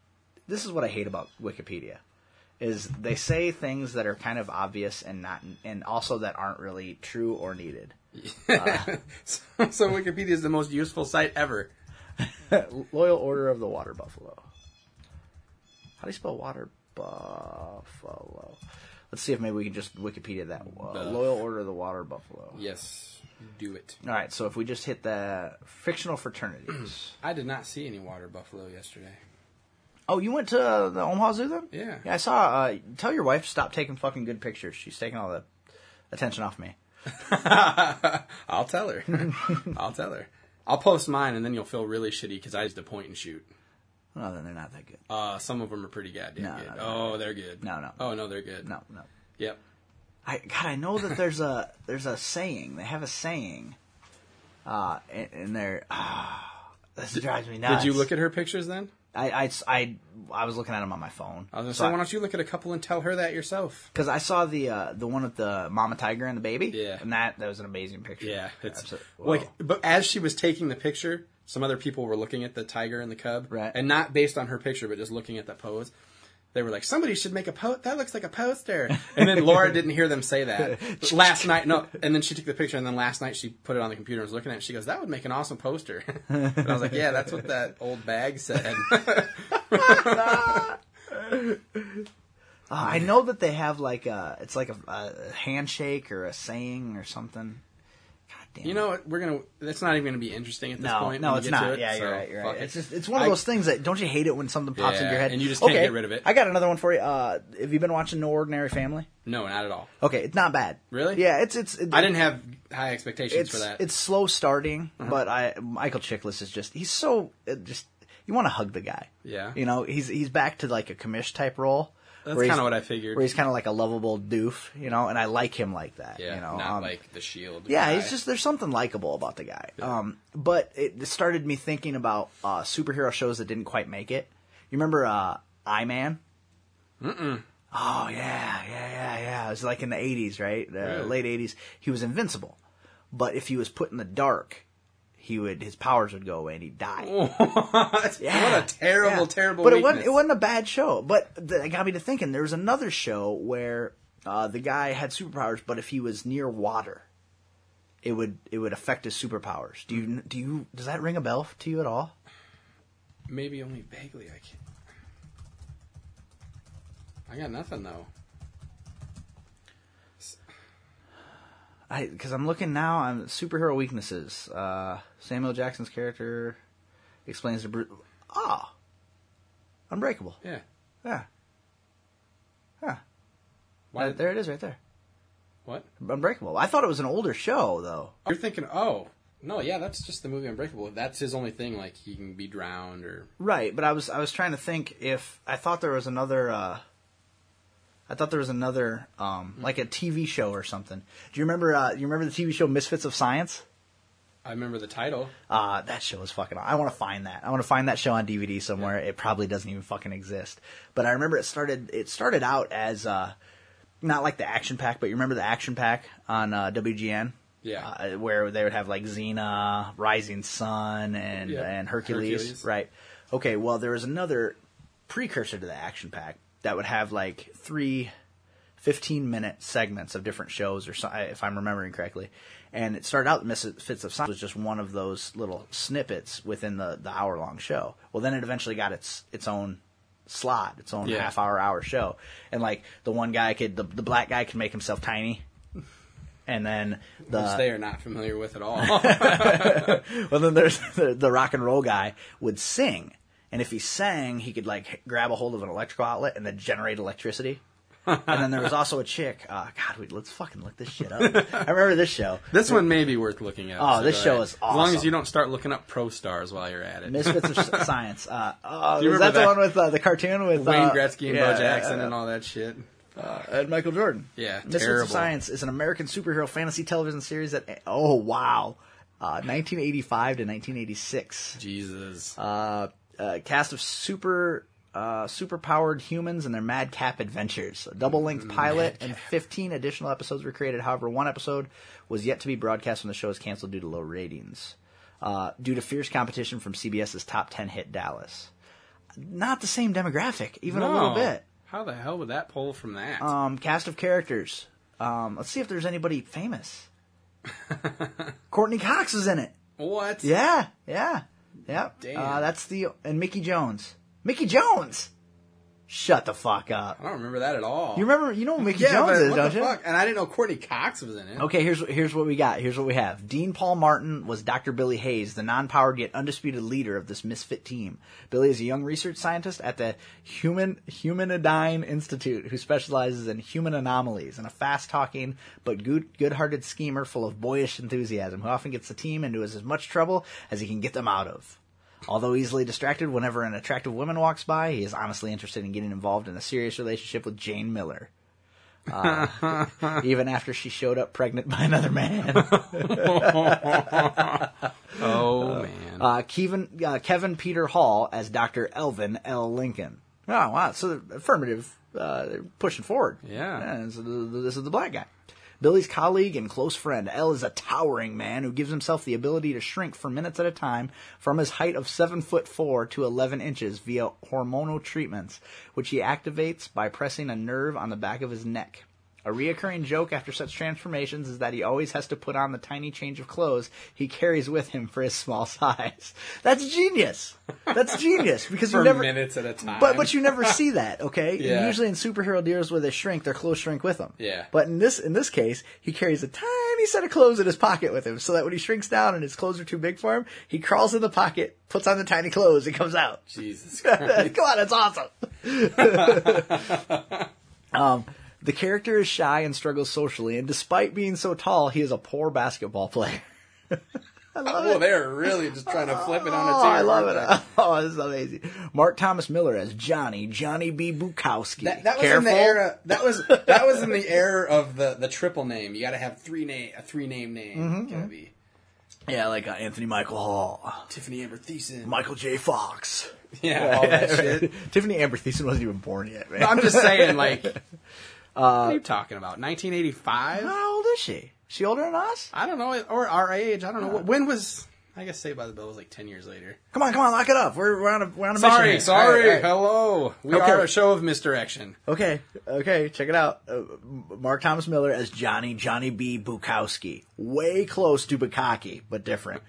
Speaker 5: This is what I hate about Wikipedia. Is they say things that are kind of obvious and not, and also that aren't really true or needed.
Speaker 3: so, so Wikipedia is the most useful site ever.
Speaker 5: Loyal Order of the Water Buffalo. How do you spell water buffalo? Let's see if maybe we can just Wikipedia that. Uh, Loyal Order of the Water Buffalo.
Speaker 3: Yes. Do it.
Speaker 5: All right, so if we just hit the fictional fraternities.
Speaker 3: I did not see any water buffalo yesterday.
Speaker 5: oh, you went to uh, the Omaha Zoo then?
Speaker 3: Yeah.
Speaker 5: Yeah, I saw. Uh, tell your wife stop taking fucking good pictures. She's taking all the attention off me.
Speaker 3: I'll tell her. I'll tell her. I'll post mine, and then you'll feel really shitty because I used to point and shoot.
Speaker 5: No, then they're not that good.
Speaker 3: Uh, some of them are pretty goddamn
Speaker 5: No,
Speaker 3: good.
Speaker 5: no, no,
Speaker 3: oh, they're good.
Speaker 5: No, no.
Speaker 3: Oh no, they're good.
Speaker 5: no, no.
Speaker 3: Yep.
Speaker 5: I God, I know that there's a there's a saying. They have a saying. Uh, and, and they're ah, this drives me nuts.
Speaker 3: Did you look at her pictures then?
Speaker 5: I I I, I was looking at them on my phone.
Speaker 3: I was gonna say, why don't you look at a couple and tell her that yourself?
Speaker 5: Because I saw the uh, the one with the mama tiger and the baby.
Speaker 3: Yeah.
Speaker 5: and that that was an amazing picture.
Speaker 3: Yeah, it's
Speaker 5: Absolute-
Speaker 3: like,
Speaker 5: whoa.
Speaker 3: but as she was taking the picture, some other people were looking at the tiger and the cub,
Speaker 5: Right.
Speaker 3: And not based on her picture, but just looking at the pose. They were like, somebody should make a post. That looks like a poster. And then Laura didn't hear them say that But last night. No, and then she took the picture, and then last night she put it on the computer and was looking at it. she goes, "That would make an awesome poster." and I was like, "Yeah, that's what that old bag said."
Speaker 5: Uh, I know that they have like a it's like a, a handshake or a saying or something. God damn.
Speaker 3: you know, what? we're gonna. That's not even gonna be interesting at this
Speaker 5: No,
Speaker 3: point.
Speaker 5: no,
Speaker 3: when
Speaker 5: it's
Speaker 3: we get to
Speaker 5: not.
Speaker 3: it,
Speaker 5: yeah,
Speaker 3: so
Speaker 5: you're right. You're right.
Speaker 3: fuck
Speaker 5: It's
Speaker 3: it.
Speaker 5: just it's one of
Speaker 3: I-
Speaker 5: those things that don't you hate it when something pops into
Speaker 3: Yeah,
Speaker 5: your head
Speaker 3: and you just can't
Speaker 5: Okay,
Speaker 3: get rid of it.
Speaker 5: I got another one for you. Uh, have you been watching No Ordinary Family?
Speaker 3: No, not at all.
Speaker 5: Okay, it's not bad.
Speaker 3: Really?
Speaker 5: Yeah, it's it's. It,
Speaker 3: I didn't have high expectations
Speaker 5: it's
Speaker 3: for that. Uh-huh.
Speaker 5: it's slow starting, but I Michael Chiklis is just he's so it just you want to hug the guy.
Speaker 3: Yeah.
Speaker 5: you know he's he's back to like a commish type role.
Speaker 3: That's
Speaker 5: where he's-
Speaker 3: kinda what I figured.
Speaker 5: Where he's kind of like a lovable doof, you know, and I like him like that.
Speaker 3: yeah,
Speaker 5: you know,
Speaker 3: not
Speaker 5: um,
Speaker 3: like the shield.
Speaker 5: yeah,
Speaker 3: guy.
Speaker 5: he's just there's something likable about the guy. Um, but it started me thinking about uh, superhero shows that didn't quite make it. You remember uh, I Man? Mm-mm. Oh yeah, yeah, yeah, yeah. It was like in the '80s, right? The
Speaker 3: Really?
Speaker 5: late '80s. He was invincible, but if he was put in the dark, he would his powers would go away and he'd die. Yeah.
Speaker 3: what a terrible,
Speaker 5: Yeah.
Speaker 3: terrible. weakness.
Speaker 5: But it wasn't. It wasn't a bad show. But th- it got me to thinking. There was another show where uh, the guy had superpowers, but if he was near water, it would it would affect his superpowers. Do you do you does that ring a bell to you at all?
Speaker 3: Maybe only vaguely. I can I got nothing though.
Speaker 5: I because I'm looking now on superhero weaknesses. Uh, Samuel Jackson's character explains to Bruce. Ah, unbreakable.
Speaker 3: Yeah.
Speaker 5: Yeah. Huh.
Speaker 3: Why?
Speaker 5: there it is, right there.
Speaker 3: What?
Speaker 5: Unbreakable. I thought it was an older show though.
Speaker 3: You're thinking? Oh, no. Yeah, that's just the movie Unbreakable. That's his only thing. Like he can be drowned or
Speaker 5: Right, but I was I was trying to think if I thought there was another uh I thought there was another um like a TV show or something. Do you remember uh you remember the TV show Misfits of Science?
Speaker 3: I remember the title.
Speaker 5: Uh that show is fucking I want to find that. I want to find that show on DVD somewhere. It probably doesn't even fucking exist. But I remember it started it started out as uh not like the action pack, but you remember the action pack on uh, WGN?
Speaker 3: Yeah.
Speaker 5: Uh, where they would have like Xena, Rising Sun, and
Speaker 3: Yeah.
Speaker 5: and Hercules,
Speaker 3: Hercules.
Speaker 5: right? Okay, well there was another precursor to the action pack that would have like three 15 minute segments of different shows or so, if I'm remembering correctly. And it started out that Misfits of Science was just one of those little snippets within the, the hour long show. Well, then it eventually got its its own slot, its own
Speaker 3: Yeah.
Speaker 5: half hour hour show. And like the one guy could the, the black guy could make himself tiny. And then the
Speaker 3: which they are not familiar with at all.
Speaker 5: well, then there's the, the rock and roll guy would sing, and if he sang, he could like h- grab a hold of an electrical outlet and then generate electricity. and then there was also a chick. Uh, God, wait, let's fucking look this shit up. I remember this show.
Speaker 3: this one may be worth looking at.
Speaker 5: Oh, this
Speaker 3: go
Speaker 5: show
Speaker 3: ahead.
Speaker 5: is
Speaker 3: As long as
Speaker 5: awesome.
Speaker 3: you don't start looking up pro stars while you're at it.
Speaker 5: Misfits of S- Science. Uh, oh,
Speaker 3: Do you remember
Speaker 5: was that, the
Speaker 3: that?
Speaker 5: one with uh, the cartoon with
Speaker 3: Wayne
Speaker 5: uh,
Speaker 3: Gretzky and
Speaker 5: yeah,
Speaker 3: Bo Jackson
Speaker 5: uh,
Speaker 3: and all that shit.
Speaker 5: and Michael Jordan.
Speaker 3: Yeah,
Speaker 5: Misfits
Speaker 3: terrible.
Speaker 5: of Science is an American superhero fantasy television series that. Oh wow, uh, 1985 to 1986.
Speaker 3: Jesus.
Speaker 5: uh, uh, cast of super uh, super powered humans and their madcap adventures. A double length pilot and 15 additional episodes were created. However, one episode was yet to be broadcast when the show was canceled due to low ratings, uh, due to fierce competition from CBS's top 10 hit Dallas. Not the same demographic, even a little
Speaker 3: No.
Speaker 5: bit.
Speaker 3: How the hell would that pull from that?
Speaker 5: Um, cast of characters. Um, let's see if there's anybody famous. Courtney Cox is in it.
Speaker 3: what?
Speaker 5: Yeah, yeah, yeah.
Speaker 3: Damn.
Speaker 5: Uh, that's the and Mickey Jones. Mickey Jones. Shut the fuck up.
Speaker 3: I don't remember that at all.
Speaker 5: You remember? You know who Mickey Jones
Speaker 3: but
Speaker 5: is,
Speaker 3: what
Speaker 5: don't
Speaker 3: the
Speaker 5: you?
Speaker 3: Fuck? And I didn't know Courtney Cox was in it.
Speaker 5: Okay, here's here's what we got. Here's what we have. Dean Paul Martin was Dr. Billy Hayes, the non-powered yet undisputed leader of this misfit team. Billy is a young research scientist at the Human Humanidine Institute who specializes in human anomalies and a fast-talking but good good-hearted schemer full of boyish enthusiasm who often gets the team into as, as much trouble as he can get them out of. Although easily distracted whenever an attractive woman walks by, he is honestly interested in getting involved in a serious relationship with Jane Miller. uh, even after she showed up pregnant by another man.
Speaker 3: Oh man.
Speaker 5: Uh, Kevin, uh, Kevin Peter Hall as Dr. Elvin L. Lincoln. Oh, wow. So they're affirmative, uh, they're pushing forward.
Speaker 3: Yeah.
Speaker 5: so th- th- this is the black guy. Billy's colleague and close friend, L is a towering man who gives himself the ability to shrink for minutes at a time from his height of 7 foot 4 to 11 inches via hormonal treatments, which he activates by pressing a nerve on the back of his neck. A reoccurring joke after such transformations is that he always has to put on the tiny change of clothes he carries with him for his small size. That's genius. That's genius because
Speaker 3: For
Speaker 5: you never
Speaker 3: minutes at a time.
Speaker 5: But but you never see that, okay?
Speaker 3: Yeah.
Speaker 5: Usually in superhero deals where they shrink, their clothes shrink with them.
Speaker 3: Yeah.
Speaker 5: But in this in this case, he carries a tiny set of clothes in his pocket with him, so that when he shrinks down and his clothes are too big for him, he crawls in the pocket, puts on the tiny clothes, and comes out.
Speaker 3: Jesus.
Speaker 5: Come on, that's awesome. um, the character is shy and struggles socially, and despite being so tall, he is a poor basketball player.
Speaker 3: Well, they're really just trying to flip it on its
Speaker 5: Oh,
Speaker 3: ear.
Speaker 5: I love
Speaker 3: aren't
Speaker 5: it. Oh, this is amazing. Mark Thomas Miller as Johnny, Johnny B. Bukowski.
Speaker 3: they? That, that was in the
Speaker 5: Careful.
Speaker 3: era. That was that was in the era of the, the triple name. You got to have three name a three name name.
Speaker 5: Mm-hmm,
Speaker 3: Gotta be
Speaker 5: Yeah, like uh, Anthony Michael Hall,
Speaker 3: Tiffany Amber Thiessen.
Speaker 5: Michael J. Fox.
Speaker 3: yeah, all that shit.
Speaker 5: Tiffany Amber Thiessen wasn't even born yet, man.
Speaker 3: I'm just saying, like, uh, what are you talking about? 1985?
Speaker 5: How old is she? She older than us?
Speaker 3: I don't know, or our age. I don't know. When was? I guess Saved by the Bell was like 10 years later.
Speaker 5: Come on, come on, lock it up. We're, we're on a we're on a mission.
Speaker 3: Sorry,
Speaker 5: here.
Speaker 3: sorry.
Speaker 5: All right, all right.
Speaker 3: Hello, we
Speaker 5: Okay.
Speaker 3: are a show of misdirection.
Speaker 5: Okay, okay, check it out. Uh, Mark Thomas Miller as Johnny Johnny B. Bukowski, way close to Bukaki, but different.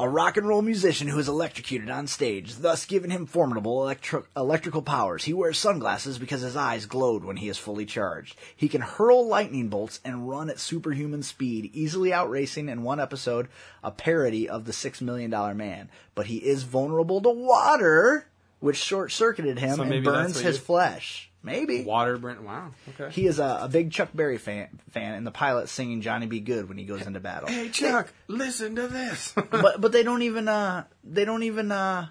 Speaker 5: a rock and roll musician who is electrocuted on stage, thus giving him formidable electro- electrical powers. He wears sunglasses because his eyes glowed when he is fully charged. He can hurl lightning bolts and run at superhuman speed, easily outracing in one episode a parody of the Six Million Dollar Man. But he is vulnerable to water, which short circuited him
Speaker 3: So
Speaker 5: and
Speaker 3: maybe that's
Speaker 5: burns
Speaker 3: what
Speaker 5: his
Speaker 3: you-
Speaker 5: flesh. Maybe.
Speaker 3: Water Brent. Wow. Okay.
Speaker 5: He is a, a big Chuck Berry fan, fan, and the pilot singing Johnny Be Good when he goes into battle.
Speaker 3: hey Chuck, listen to this.
Speaker 5: but but they don't even uh they don't even uh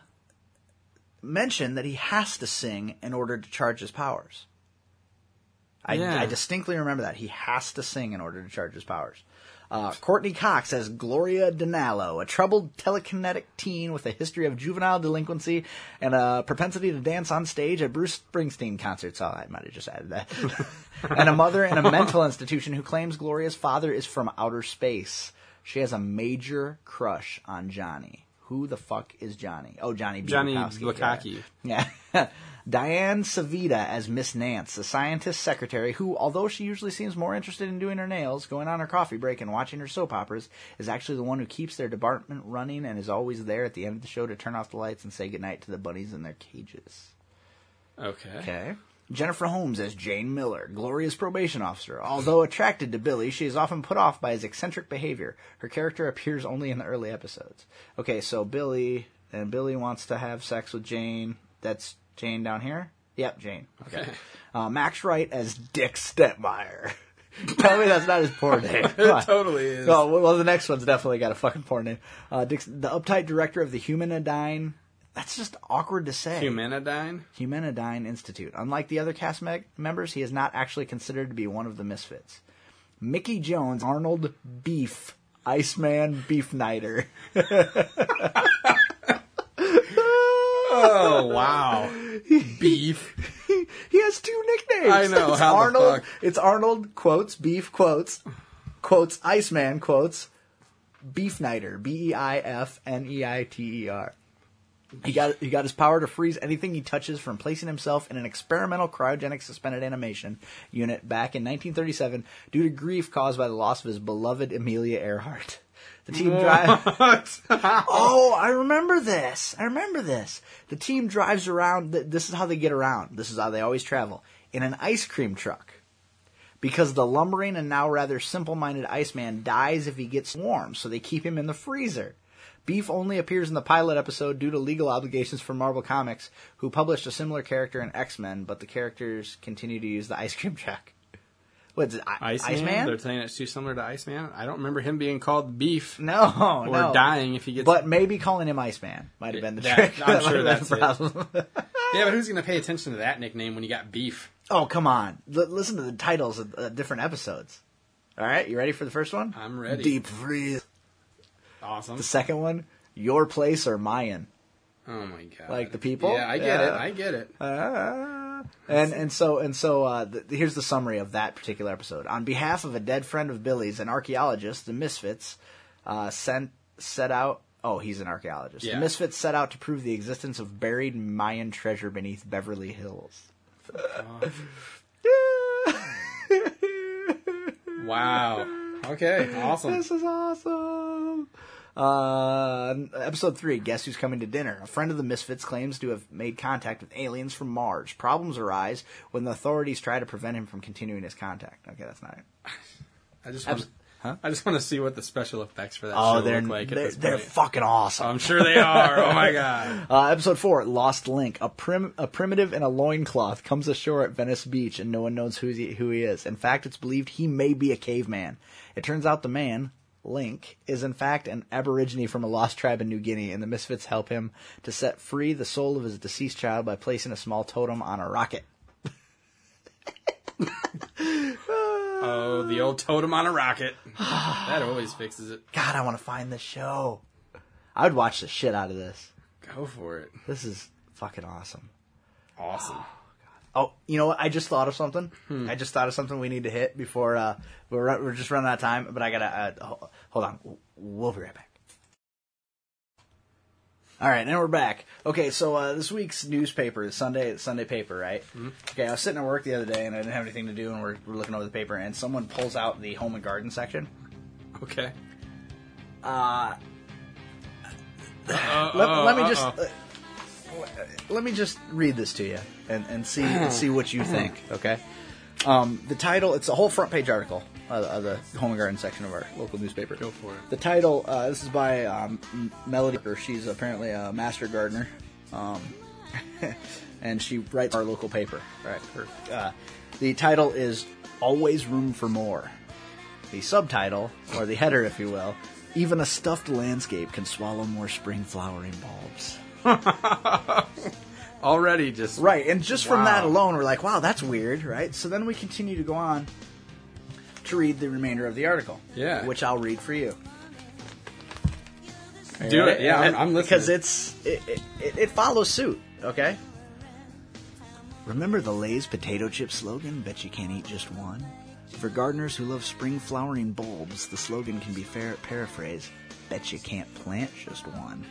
Speaker 5: mention that he has to sing in order to charge his powers. I,
Speaker 3: Yeah.
Speaker 5: I distinctly remember that he has to sing in order to charge his powers. Uh, Courtney Cox as Gloria Danalo, a troubled telekinetic teen with a history of juvenile delinquency and a propensity to dance on stage at Bruce Springsteen concerts. Oh, I might have just added that. and a mother in a mental institution who claims Gloria's father is from outer space. She has a major crush on Johnny. Who the fuck is Johnny? Oh, Johnny B.
Speaker 3: Johnny
Speaker 5: Bukowski.
Speaker 3: Bukaki.
Speaker 5: Yeah. Diane Savita as Miss Nance, the scientist secretary who, although she usually seems more interested in doing her nails, going on her coffee break, and watching her soap operas, is actually the one who keeps their department running and is always there at the end of the show to turn off the lights and say goodnight to the bunnies in their cages.
Speaker 3: Okay.
Speaker 5: Okay. Jennifer Holmes as Jane Miller, Gloria's probation officer. Although attracted to Billy, she is often put off by his eccentric behavior. Her character appears only in the early episodes. Okay, so Billy and Billy wants to have sex with Jane. That's Jane down here. Yep, Jane. Okay. Uh, Max Wright as Dick Stepmeyer. Tell me that's not his porn name. Come on.
Speaker 3: Totally is.
Speaker 5: Oh, well, well, the next one's definitely got a fucking porn name. Uh, Dick, the uptight director of the Humanodyne. That's just awkward to say.
Speaker 3: Humanodyne.
Speaker 5: Humanodyne Institute. Unlike the other cast me- members, he is not actually considered to be one of the misfits. Mickey Jones, Arnold Beef, Iceman Beef Nighter.
Speaker 3: Oh wow. Beef.
Speaker 5: he has two nicknames.
Speaker 3: I know,
Speaker 5: It's
Speaker 3: how the
Speaker 5: Arnold.
Speaker 3: fuck?
Speaker 5: It's Arnold quotes Beef quotes quotes Iceman quotes Beef Nighter. B e i f n e i t e r. He got he got his power to freeze anything he touches from placing himself in an experimental cryogenic suspended animation unit back in 1937 due to grief caused by the loss of his beloved Amelia Earhart. The team drive. oh, I remember this. I remember this. The team drives around. th- This is how they get around. This is how they always travel in an ice cream truck because the lumbering and now rather simple minded Iceman dies if he gets warm, so they keep him in the freezer. Beef only appears in the pilot episode due to legal obligations for Marvel Comics, who published a similar character in X Men, but the characters continue to use the ice cream truck. What's it, I-
Speaker 3: Iceman?
Speaker 5: Iceman?
Speaker 3: They're saying it's too similar to Iceman. I don't remember him being called Beef
Speaker 5: no,
Speaker 3: or
Speaker 5: no.
Speaker 3: dying if he gets.
Speaker 5: But maybe calling him Iceman might have been the
Speaker 3: That-
Speaker 5: trick.
Speaker 3: I'm sure
Speaker 5: might have been
Speaker 3: that's it.
Speaker 5: the problem.
Speaker 3: Yeah, but who's gonna pay attention to that nickname when you got beef?
Speaker 5: Oh, come on. L- listen to the titles of uh, different episodes. All right, you ready for the first one?
Speaker 3: I'm ready.
Speaker 5: Deep freeze.
Speaker 3: Awesome.
Speaker 5: The second one, your place or mine.
Speaker 3: Oh my god.
Speaker 5: Like the people?
Speaker 3: Yeah, I get it.
Speaker 5: Yeah. Uh,
Speaker 3: I get it.
Speaker 5: Ah. And and so and so uh, th- here's the summary of that particular episode. On behalf of a dead friend of Billy's, an archaeologist, the Misfits uh, sent set out. Oh, he's an archaeologist.
Speaker 3: Yeah.
Speaker 5: The Misfits set out to prove the existence of buried Mayan treasure beneath Beverly Hills.
Speaker 3: Wow. Okay. Awesome.
Speaker 5: This is awesome. Uh, episode three. Guess who's coming to dinner? A friend of the Misfits claims to have made contact with aliens from Mars. Problems arise when the authorities try to prevent him from continuing his contact. Okay, that's not it.
Speaker 3: I just want.
Speaker 5: Huh?
Speaker 3: I just want to see what the special effects for that
Speaker 5: Oh,
Speaker 3: show
Speaker 5: they're
Speaker 3: look like. at
Speaker 5: they're,
Speaker 3: this
Speaker 5: they're
Speaker 3: point.
Speaker 5: fucking awesome.
Speaker 3: I'm sure they are. Oh my god.
Speaker 5: Uh, episode four, Lost Link. A prim a primitive in a loincloth comes ashore at Venice Beach, and no one knows who he, who he is. In fact, it's believed he may be a caveman. It turns out the man. Link is in fact an aborigine from a lost tribe in New Guinea, and the misfits help him to set free the soul of his deceased child by placing a small totem on a rocket.
Speaker 3: Oh, the old totem on a rocket. That always fixes it.
Speaker 5: God, I want to find this show. I would watch the shit out of this.
Speaker 3: Go for it.
Speaker 5: This is fucking awesome.
Speaker 3: Awesome.
Speaker 5: Oh, you know what? I just thought of something. I just thought of something we need to hit before uh, we're run- we're just running out of time. But I gotta uh, ho- hold on. We'll be right back. All right, now we're back. Okay, so uh, this week's newspaper, the Sunday Sunday paper, right? Okay, I was sitting at work the other day and I didn't have anything to do, and we're, we're looking over the paper, and someone pulls out the home and garden section.
Speaker 3: Okay.
Speaker 5: Let, let me just uh, let me just read this to you and, and see and see what you think. Okay. Um, the title it's a whole front page article uh, of, of the home and garden section of our local newspaper.
Speaker 3: Go for it.
Speaker 5: The title uh, this is by um, M- Melody. Parker. She's apparently a master gardener, um, and she writes our local paper. Right. Her, uh, the title is "Always Room for More." The subtitle, or the header, if you will, even a stuffed landscape can swallow more spring flowering bulbs.
Speaker 3: Already just
Speaker 5: Right, and just from
Speaker 3: Wow.
Speaker 5: that alone, we're like, wow, that's weird, right? So then we continue to go on to read the remainder of the article.
Speaker 3: Yeah.
Speaker 5: Which I'll read for you.
Speaker 3: Do it. Yeah, I'm, I'm listening.
Speaker 5: Because it's it, it, it- it follows suit, okay? Remember the Lay's potato chip slogan, bet you can't eat just one? For gardeners who love spring flowering bulbs, the slogan can be fair, paraphrased, bet you can't plant just one.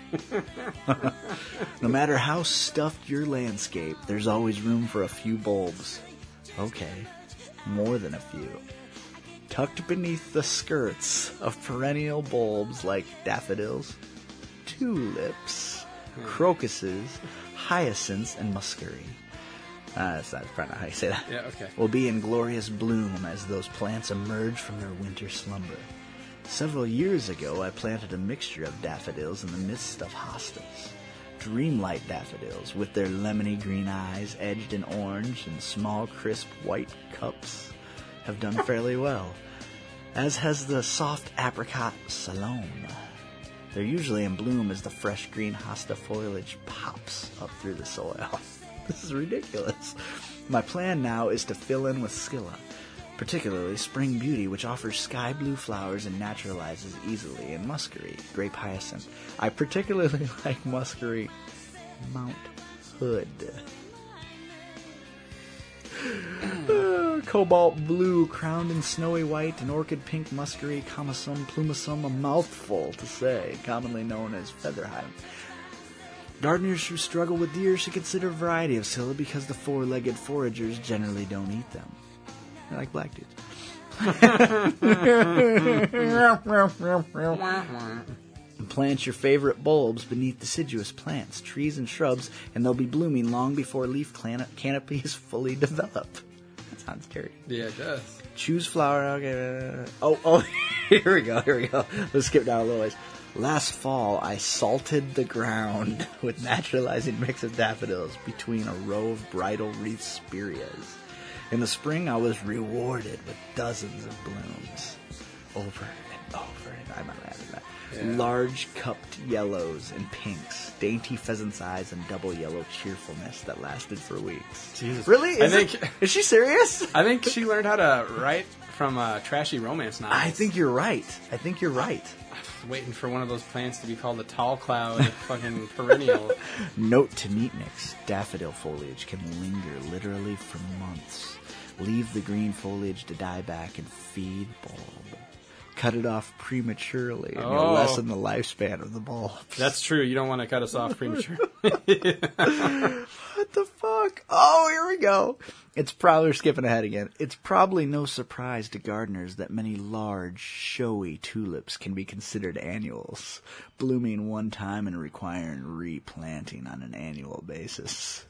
Speaker 5: no matter how stuffed your landscape, there's always room for a few bulbs. Okay, more than a few tucked beneath the skirts of perennial bulbs like daffodils, tulips,
Speaker 3: Hmm.
Speaker 5: crocuses, hyacinths, and muscary. Uh, that's not, probably not how you say that.
Speaker 3: Yeah, okay.
Speaker 5: Will be in glorious bloom as those plants emerge from their winter slumber. Several years ago, I planted a mixture of daffodils in the midst of hostas. Dreamlight daffodils with their lemony green eyes edged in orange and small, crisp white cups have done fairly well, as has the soft apricot salome. They're usually in bloom as the fresh green hosta foliage pops up through the soil. this is ridiculous. My plan now is to fill in with scilla, particularly spring beauty, which offers sky blue flowers and naturalizes easily, and muscary, grape hyacinth. I particularly like muscary Mount Hood. Uh, cobalt blue, crowned in snowy white, and orchid pink muscary, commissum plumisum, a mouthful to say, commonly known as featherheim. Gardeners who struggle with deer should consider a variety of scilla because the four-legged foragers generally don't eat them. They're like black dudes. and plant your favorite bulbs beneath deciduous plants, trees, and shrubs, and they'll be blooming long before leaf clan- canopies fully develop. That sounds scary.
Speaker 3: yeah, it does.
Speaker 5: Choose flower. Okay. Oh, oh, here we go. Here we go. Let's skip down a little ways. Last fall, I salted the ground with naturalizing mix of daffodils between a row of bridal wreath spirias. In the spring, I was rewarded with dozens of blooms, over and over and I'm not mad at that. Large cupped yellows and pinks, dainty pheasant's eyes, and double yellow cheerfulness that lasted for weeks.
Speaker 3: Jesus.
Speaker 5: Really?
Speaker 3: I
Speaker 5: Is, it-
Speaker 3: think-
Speaker 5: is she serious?
Speaker 3: I think she learned how to write from a trashy romance novel.
Speaker 5: I think you're right. I think you're right.
Speaker 3: waiting for one of those plants to be called a tall cloud, fucking perennial.
Speaker 5: Note to neatniks, daffodil foliage can linger literally for months. Leave the green foliage to die back and feed bulb. Cut it off prematurely and
Speaker 3: Oh.
Speaker 5: you'll lessen the lifespan of the bulb.
Speaker 3: That's true. You don't want to cut us off premature.
Speaker 5: What the fuck? Oh, here we go. It's probably we're skipping ahead again. It's probably no surprise to gardeners that many large, showy tulips can be considered annuals, blooming one time and requiring replanting on an annual basis.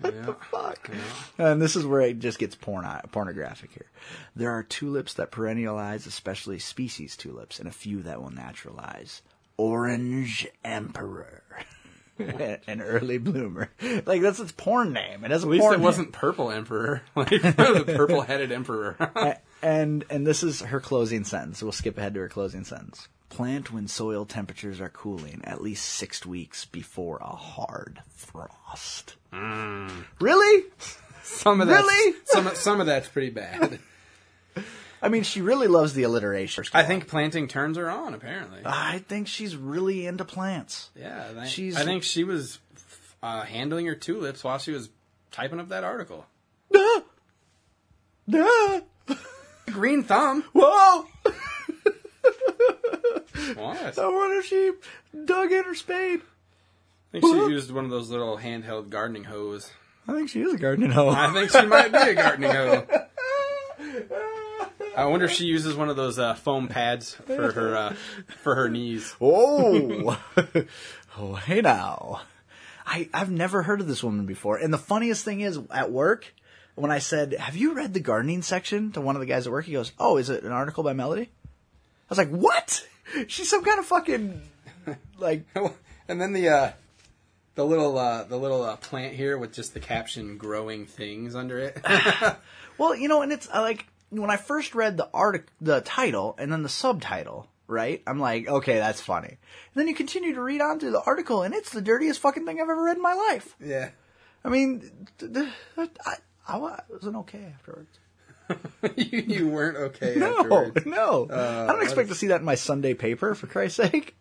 Speaker 5: What the fuck? And this is where it just gets porno- pornographic here. There are tulips that perennialize, especially species tulips, and a few that will naturalize. Orange Emperor. An early bloomer. Like, that's its porn name. It has a
Speaker 3: At least
Speaker 5: porn
Speaker 3: it
Speaker 5: name.
Speaker 3: wasn't purple emperor, like the purple headed emperor.
Speaker 5: and and this is her closing sentence. We'll skip ahead to her closing sentence. Plant when soil temperatures are cooling at least six weeks before a hard frost.
Speaker 3: Mm.
Speaker 5: Really?
Speaker 3: some of that,
Speaker 5: Really?
Speaker 3: some some of that's pretty bad.
Speaker 5: I mean, she really loves the alliteration.
Speaker 3: I think planting turns her on. Apparently,
Speaker 5: I think she's really into plants.
Speaker 3: yeah. I think,
Speaker 5: she's-
Speaker 3: I think she was uh, handling her tulips while she was typing up that article.
Speaker 5: Ah,
Speaker 3: Green thumb.
Speaker 5: whoa!
Speaker 3: What?
Speaker 5: I wonder if she dug in her spade.
Speaker 3: I think she used one of those little handheld gardening hose.
Speaker 5: I think she is a gardening hoe.
Speaker 3: I think she might be a gardening hoe. I wonder if she uses one of those uh, foam pads for her uh, for her knees.
Speaker 5: Oh, oh, hey now. I, I've never heard of this woman before. And the funniest thing is, at work, when I said, Have you read the gardening section to one of the guys at work? He goes, Oh, is it an article by Melody? I was like, What? She's some kind of fucking, like,
Speaker 3: And then the uh, the little uh, the little uh, plant here with just the caption "growing things" under it.
Speaker 5: well, you know, and it's uh, like, when I first read the article, the title, and then the subtitle, right? I'm like, Okay, that's funny. And then you continue to read on through the article, and it's the dirtiest fucking thing I've ever read in my life.
Speaker 3: yeah,
Speaker 5: I mean, th- th- I, I wasn't okay afterwards.
Speaker 3: you, you weren't okay.
Speaker 5: No,
Speaker 3: afterwards.
Speaker 5: no. I don't expect
Speaker 3: that's-
Speaker 5: to see that in my Sunday paper, for Christ's sake.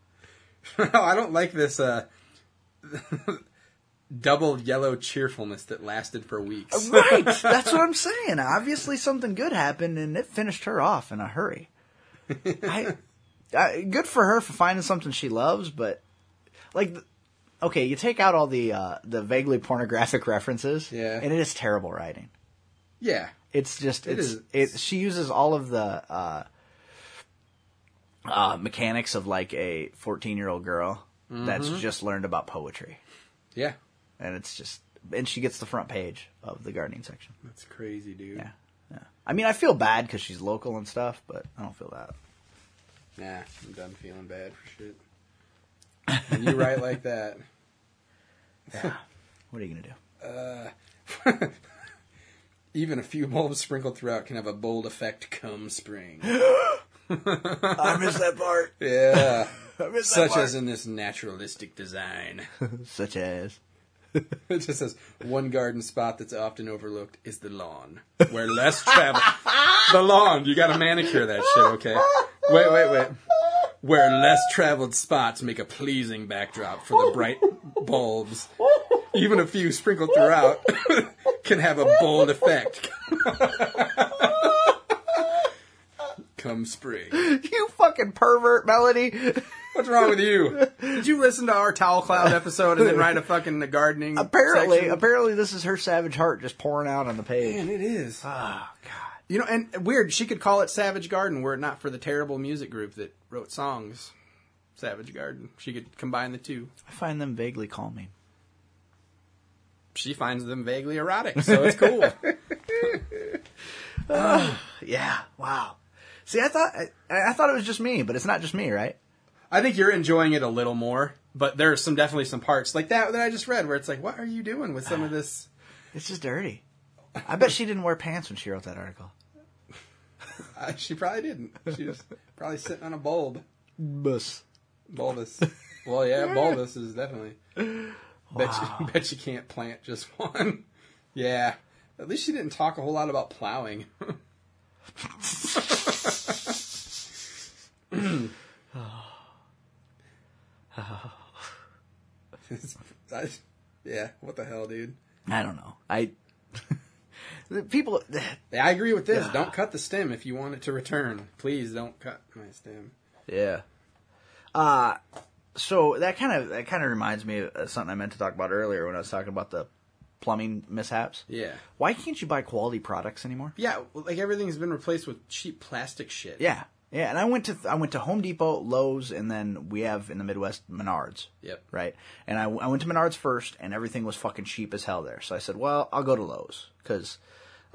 Speaker 3: no, I don't like this. Uh, double yellow cheerfulness that lasted for weeks.
Speaker 5: Right. That's what I'm saying. Obviously, something good happened, and it finished her off in a hurry. I, I, good for her for finding something she loves, but like, th- okay, you take out all the uh, the vaguely pornographic references,
Speaker 3: Yeah.
Speaker 5: and it is terrible writing.
Speaker 3: Yeah,
Speaker 5: It's just
Speaker 3: It
Speaker 5: it's
Speaker 3: is-
Speaker 5: it. She uses all of the uh, uh, mechanics of like a fourteen year old girl that's
Speaker 3: Mm-hmm.
Speaker 5: just learned about poetry,
Speaker 3: yeah,
Speaker 5: and it's just and she gets the front page of the gardening section.
Speaker 3: that's crazy, dude.
Speaker 5: Yeah, yeah. I mean, I feel bad because she's local and stuff, but I don't feel that.
Speaker 3: Nah, I'm done feeling bad for shit. When you write like that,
Speaker 5: What are you gonna do?
Speaker 3: even a few bulbs sprinkled throughout can have a bold effect come spring.
Speaker 5: I miss that part.
Speaker 3: Yeah.
Speaker 5: I miss
Speaker 3: Such as in this naturalistic design.
Speaker 5: such as
Speaker 3: It just says one garden spot that's often overlooked is the lawn, where less travel. the lawn, you gotta manicure that shit, okay? Wait, wait, wait. Where less traveled spots make a pleasing backdrop for the bright bulbs. Even a few sprinkled throughout can have a bold effect. Come spring.
Speaker 5: you fucking pervert, Melody.
Speaker 3: What's wrong with you? Did you listen to our towel cloud episode and then write a fucking gardening?
Speaker 5: Apparently,
Speaker 3: section?
Speaker 5: apparently, this is her savage heart just pouring out on the page.
Speaker 3: Man, it is.
Speaker 5: Oh God.
Speaker 3: You know, and weird, she could call it Savage Garden were it not for the terrible music group that wrote songs. Savage Garden. She could combine the two.
Speaker 5: I find them vaguely calming.
Speaker 3: She finds them vaguely erotic, so it's cool.
Speaker 5: Yeah. Wow. See, I thought I, I thought it was just me, but it's not just me, right?
Speaker 3: I think you're enjoying it a little more, but there are some definitely some parts like that that I just read where it's like, what are you doing with
Speaker 5: Ah.
Speaker 3: some of this?
Speaker 5: It's just dirty. I bet she didn't wear pants when she wrote that article.
Speaker 3: Uh, she probably didn't. She was probably sitting on a bulb.
Speaker 5: Bus.
Speaker 3: Bulbous. well, yeah, bulbous is definitely. Bet, you, bet you can't plant just one. yeah. At least she didn't talk a whole lot about plowing. It's- I- yeah, what the hell, dude?
Speaker 5: I don't know. I the people.
Speaker 3: Yeah, I agree with this. Don't cut the stem if you want it to return. Please don't cut my stem.
Speaker 5: Yeah. Uh so that kind of that kind of reminds me of something I meant to talk about earlier when I was talking about the plumbing mishaps.
Speaker 3: Yeah.
Speaker 5: Why can't you buy quality products anymore?
Speaker 3: Yeah, well, like everything's been replaced with cheap plastic shit.
Speaker 5: Yeah. Yeah, and I went to I went to Home Depot, Lowe's, and then we have in the Midwest Menards.
Speaker 3: Yep.
Speaker 5: Right. And I, I went to Menards first, and everything was fucking cheap as hell there. So I said, well, I'll go to Lowe's because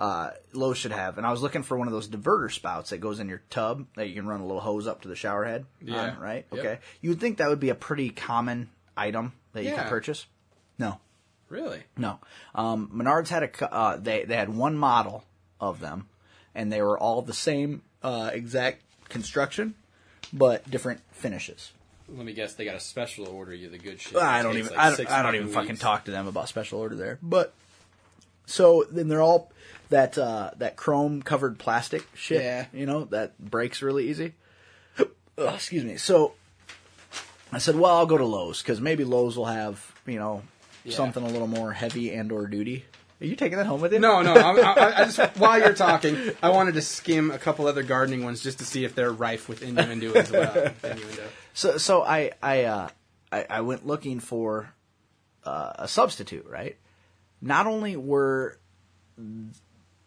Speaker 5: uh, Lowe's should have. And I was looking for one of those diverter spouts that goes in your tub that you can run a little hose up to the shower head.
Speaker 3: Yeah.
Speaker 5: On, right.
Speaker 3: Yep.
Speaker 5: Okay. You would think that would be a pretty common item that you
Speaker 3: Yeah.
Speaker 5: could purchase. No.
Speaker 3: Really?
Speaker 5: No, um, Menards had a co- uh, they they had one model of them, and they were all the same uh, exact construction, but different finishes.
Speaker 3: Let me guess, they got a special order you the good shit.
Speaker 5: I
Speaker 3: It
Speaker 5: don't
Speaker 3: takes
Speaker 5: even
Speaker 3: like
Speaker 5: I don't,
Speaker 3: six
Speaker 5: I don't even
Speaker 3: weeks.
Speaker 5: fucking talk to them about special order there. But so then they're all that uh, that chrome covered plastic shit.
Speaker 3: Yeah.
Speaker 5: You know that breaks really easy. Ugh, excuse me. So I said, well, I'll go to Lowe's because maybe Lowe's will have you know something a little more heavy and or duty. Are you taking that home with you?
Speaker 3: No, no. I, I, I just while you're talking, I wanted to skim a couple other gardening ones just to see if they're rife with innuendo as well. Innuendo.
Speaker 5: So so I I uh, I, I went looking for uh, a substitute. Right. Not only were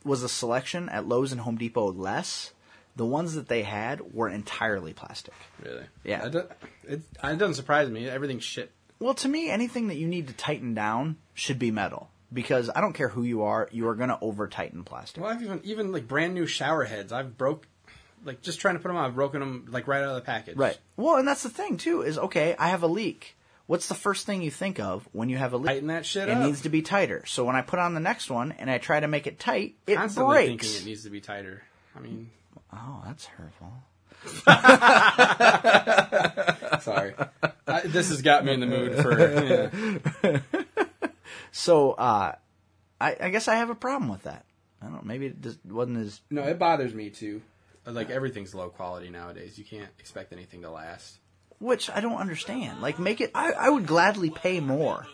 Speaker 5: was the selection at Lowe's and Home Depot less, the ones that they had were entirely plastic.
Speaker 3: Really?
Speaker 5: Yeah.
Speaker 3: I don't- it, it doesn't surprise me. Everything's shit.
Speaker 5: Well, to me, anything that you need to tighten down should be metal because I don't care who you are, you are going to over tighten plastic.
Speaker 3: Well, I've even even like brand new shower heads. I've broke, like just trying to put them on. I've broken them like right out of the package.
Speaker 5: Right. Well, and that's the thing too is okay, I have a leak. What's the first thing you think of when you have a leak?
Speaker 3: Tighten that shit
Speaker 5: it
Speaker 3: up.
Speaker 5: needs to be tighter. So when I put on the next one and I try to make it tight, it
Speaker 3: Constantly
Speaker 5: breaks.
Speaker 3: thinking it needs to be tighter. I mean,
Speaker 5: oh, that's hurtful.
Speaker 3: sorry. I, this has got me in the mood for. Yeah.
Speaker 5: So uh, I, I guess I have a problem with that. I don't. Maybe it just wasn't as
Speaker 3: No, it bothers me too. Uh, Like everything's low quality nowadays. You can't expect anything to last.
Speaker 5: which I don't understand. Like, make it. I, I would gladly pay more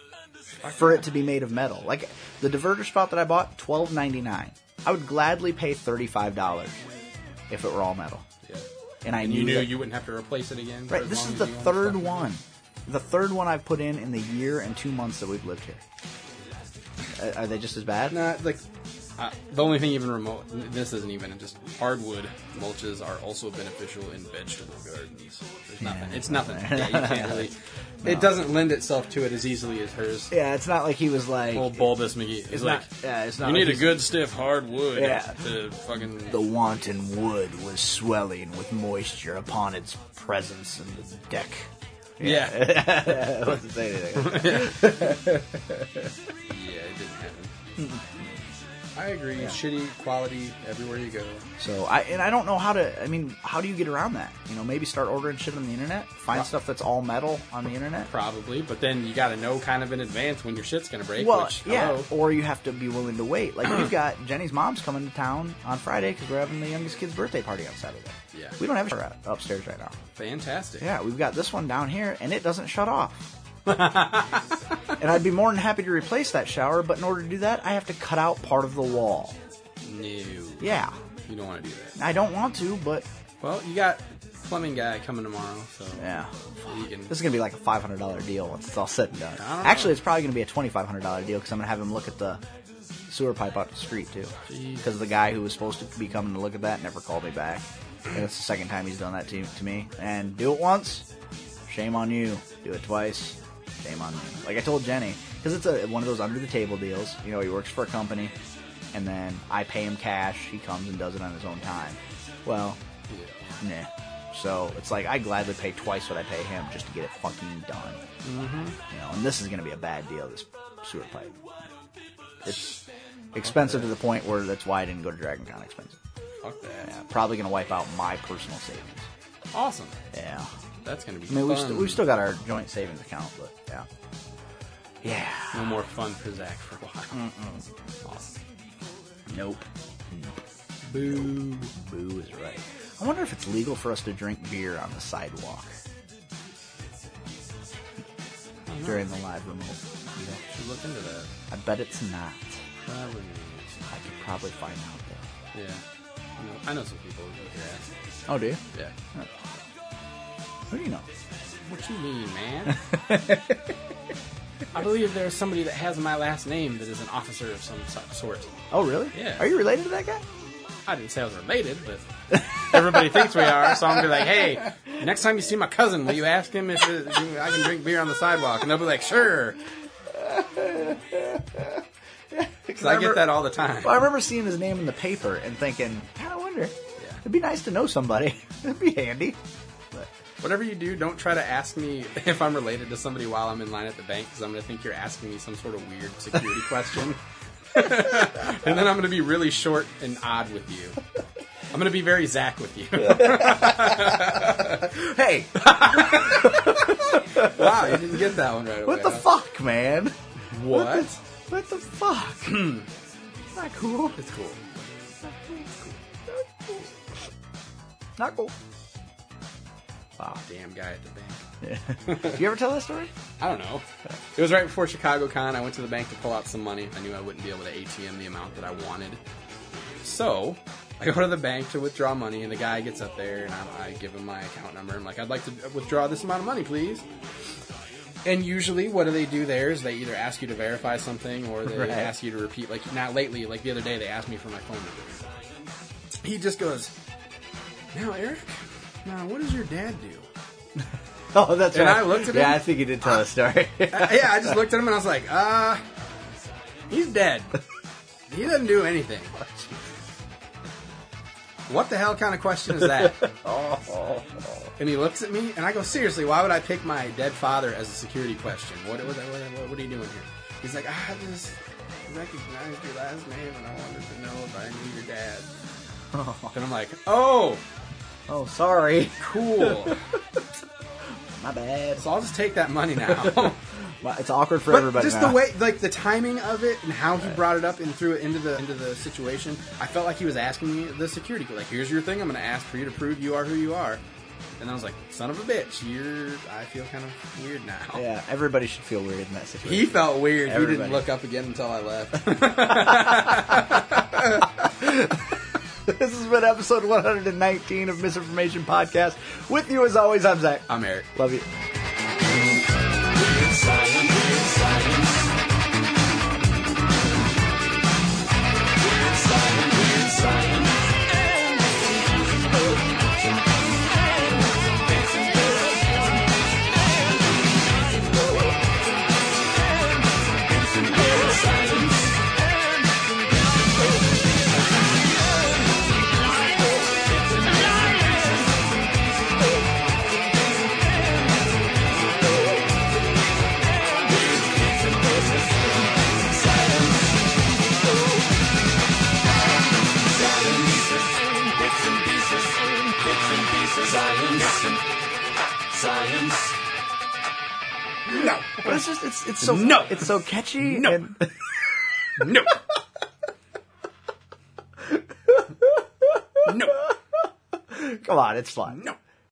Speaker 5: for it to be made of metal. Like the diverter spout that I bought, twelve ninety nine. I would gladly pay thirty five dollars if it were all metal.
Speaker 3: Yeah.
Speaker 5: And I
Speaker 3: And you knew
Speaker 5: that-
Speaker 3: you wouldn't have to replace it again. for
Speaker 5: Right.
Speaker 3: as
Speaker 5: This
Speaker 3: long
Speaker 5: is
Speaker 3: as
Speaker 5: the
Speaker 3: you wanted
Speaker 5: third
Speaker 3: to.
Speaker 5: one, the third one I've put in in the year and two months that we've lived here. Uh, Are, are they just as bad?
Speaker 3: Nah, like uh, the only thing even remote. This isn't even just hardwood mulches are also beneficial in vegetable gardens. There's nothing. It's nothing. Yeah, you can't really. It doesn't lend itself to it as easily as hers.
Speaker 5: Yeah, it's not like he was like
Speaker 3: Old bulbous McGee. It's
Speaker 5: it's
Speaker 3: like
Speaker 5: not. Yeah, it's not.
Speaker 3: you
Speaker 5: like
Speaker 3: need a
Speaker 5: he's-
Speaker 3: good stiff hardwood.
Speaker 5: Yeah.
Speaker 3: To fucking.
Speaker 5: The wanton wood was swelling with moisture upon its presence in the deck.
Speaker 3: yeah.
Speaker 5: That wasn't saying anything.
Speaker 3: Yeah, it didn't happen. I agree. Shitty quality everywhere you go.
Speaker 5: So I and I don't know how to. I mean, how do you get around that? You know, maybe start ordering shit on the internet. Find stuff that's all metal on the internet.
Speaker 3: Probably, but then you got to know kind of in advance when your shit's gonna break.
Speaker 5: Well,
Speaker 3: which,
Speaker 5: yeah,
Speaker 3: hello.
Speaker 5: or you have to be willing to wait. Like we've got Jenny's mom's coming to town on Friday because we're having the youngest kid's birthday party on Saturday.
Speaker 3: Yeah.
Speaker 5: we don't have a shower up- upstairs right now.
Speaker 3: fantastic.
Speaker 5: Yeah, we've got this one down here, and it doesn't shut off. and I'd be more than happy to replace that shower, but in order to do that, I have to cut out part of the wall.
Speaker 3: No, you
Speaker 5: Yeah,
Speaker 3: don't want to do that.
Speaker 5: I don't want to, but
Speaker 3: Well, you got plumbing guy coming tomorrow, so
Speaker 5: yeah.
Speaker 3: you can.
Speaker 5: This is gonna be like a five hundred dollar deal once it's all said and done.
Speaker 3: don't know.
Speaker 5: Actually, it's probably gonna be a twenty five hundred dollar deal because I'm gonna have him look at the sewer pipe out the street too. Because the guy who was supposed to be coming to look at that never called me back, and it's the second time he's done that to, to me. And do it once, shame on you. Do it twice, shame on me. Like I told Jenny, because it's a one of those under the table deals. You know, he works for a company, and then I pay him cash. He comes and does it on his own time. Well, Nah. So it's like I gladly pay twice what I pay him just to get it fucking done. Mm-hmm. You know, and this is gonna be a bad deal. This sewer pipe. It's expensive to the point where that's why I didn't go to Dragon Con. Expensive.
Speaker 3: Fuck that.
Speaker 5: Yeah, probably gonna wipe out my personal savings.
Speaker 3: Awesome.
Speaker 5: Yeah.
Speaker 3: That's gonna be.
Speaker 5: I mean, we've,
Speaker 3: fun.
Speaker 5: st- we've still got our joint savings account, but yeah. Yeah.
Speaker 3: no more fun for Zach for a while. Awesome.
Speaker 5: Nope.
Speaker 3: Boo.
Speaker 5: Boo is right. I wonder if it's legal for us to drink beer on the sidewalk during the live remote. You know?
Speaker 3: Should look into that.
Speaker 5: I bet it's not.
Speaker 3: Probably.
Speaker 5: I could probably find out though.
Speaker 3: Yeah. You know, I know some people. who do that.
Speaker 5: Oh, do you?
Speaker 3: Yeah.
Speaker 5: Who do you know?
Speaker 3: What you mean, man? I believe there's somebody that has my last name that is an officer of some so- sort.
Speaker 5: Oh, really?
Speaker 3: Yeah.
Speaker 5: Are you related to that guy?
Speaker 3: I didn't say I was related, but everybody thinks we are, so I'm gonna be like, hey, next time you see my cousin, will you ask him if it, I can drink beer on the sidewalk? And they'll be like, sure. Because I get that all the time.
Speaker 5: Well, I remember seeing his name in the paper and thinking, "God, I wonder.
Speaker 3: Yeah.
Speaker 5: It'd be nice to know somebody. It'd be handy. But
Speaker 3: Whatever you do, don't try to ask me if I'm related to somebody while I'm in line at the bank because I'm going to think you're asking me some sort of weird security question. and then I'm going to be really short and odd with you. I'm going to be very Zach with you.
Speaker 5: hey,
Speaker 3: wow, you didn't get that one right away.
Speaker 5: what the
Speaker 3: huh?
Speaker 5: fuck, man?
Speaker 3: What?
Speaker 5: What the fuck? Not cool.
Speaker 3: It's cool.
Speaker 5: Not cool.
Speaker 3: Damn guy at the bank.
Speaker 5: Do you ever tell that story?
Speaker 3: I don't know. It was right before Chicago Con. I went to the bank to pull out some money. I knew I wouldn't be able to ATM the amount that I wanted. So I go to the bank to withdraw money, and the guy gets up there, and I, I give him my account number. I'm like, I'd like to withdraw this amount of money, please. And usually, what do they do there is they either ask you to verify something or they
Speaker 5: Right.
Speaker 3: ask you to repeat. Like, not lately, like the other day, they asked me for my phone number. He just goes, Now, Eric, now what does your dad do?
Speaker 5: Oh, that's
Speaker 3: And
Speaker 5: right.
Speaker 3: I looked at
Speaker 5: yeah,
Speaker 3: him.
Speaker 5: I think he did tell a story.
Speaker 3: Uh, yeah, I just looked at him and I was like, uh, he's dead. He doesn't do anything. What the hell kind of question is that? And he looks at me and I go, seriously, why would I pick my dead father as a security question? What, what, what, what, what are you doing here? He's like, I just recognized your last name and I wanted to know if I knew your dad. And I'm like, oh,
Speaker 5: oh, sorry.
Speaker 3: cool.
Speaker 5: My bad.
Speaker 3: So I'll just take that money now.
Speaker 5: Well, It's awkward for
Speaker 3: But
Speaker 5: everybody.
Speaker 3: just
Speaker 5: now.
Speaker 3: the way, like the timing of it, and how he brought it up and threw it into the into the situation. I felt like he was asking me the security, like, "Here's your thing. I'm going to ask for you to prove you are who you are." And I was like, "Son of a bitch, you're." I feel kind of weird now.
Speaker 5: Yeah, everybody should feel weird in that situation.
Speaker 3: He felt weird. He
Speaker 5: Everybody.
Speaker 3: didn't look up again until I left.
Speaker 5: this has been episode 119 of Misinformation Podcast. With you as always, I'm Zach.
Speaker 3: I'm Eric.
Speaker 5: Love you. But it's just it's it's so
Speaker 3: No.
Speaker 5: it's so catchy.
Speaker 3: No.
Speaker 5: and-
Speaker 3: No. no.
Speaker 5: come on, it's fun.
Speaker 3: No.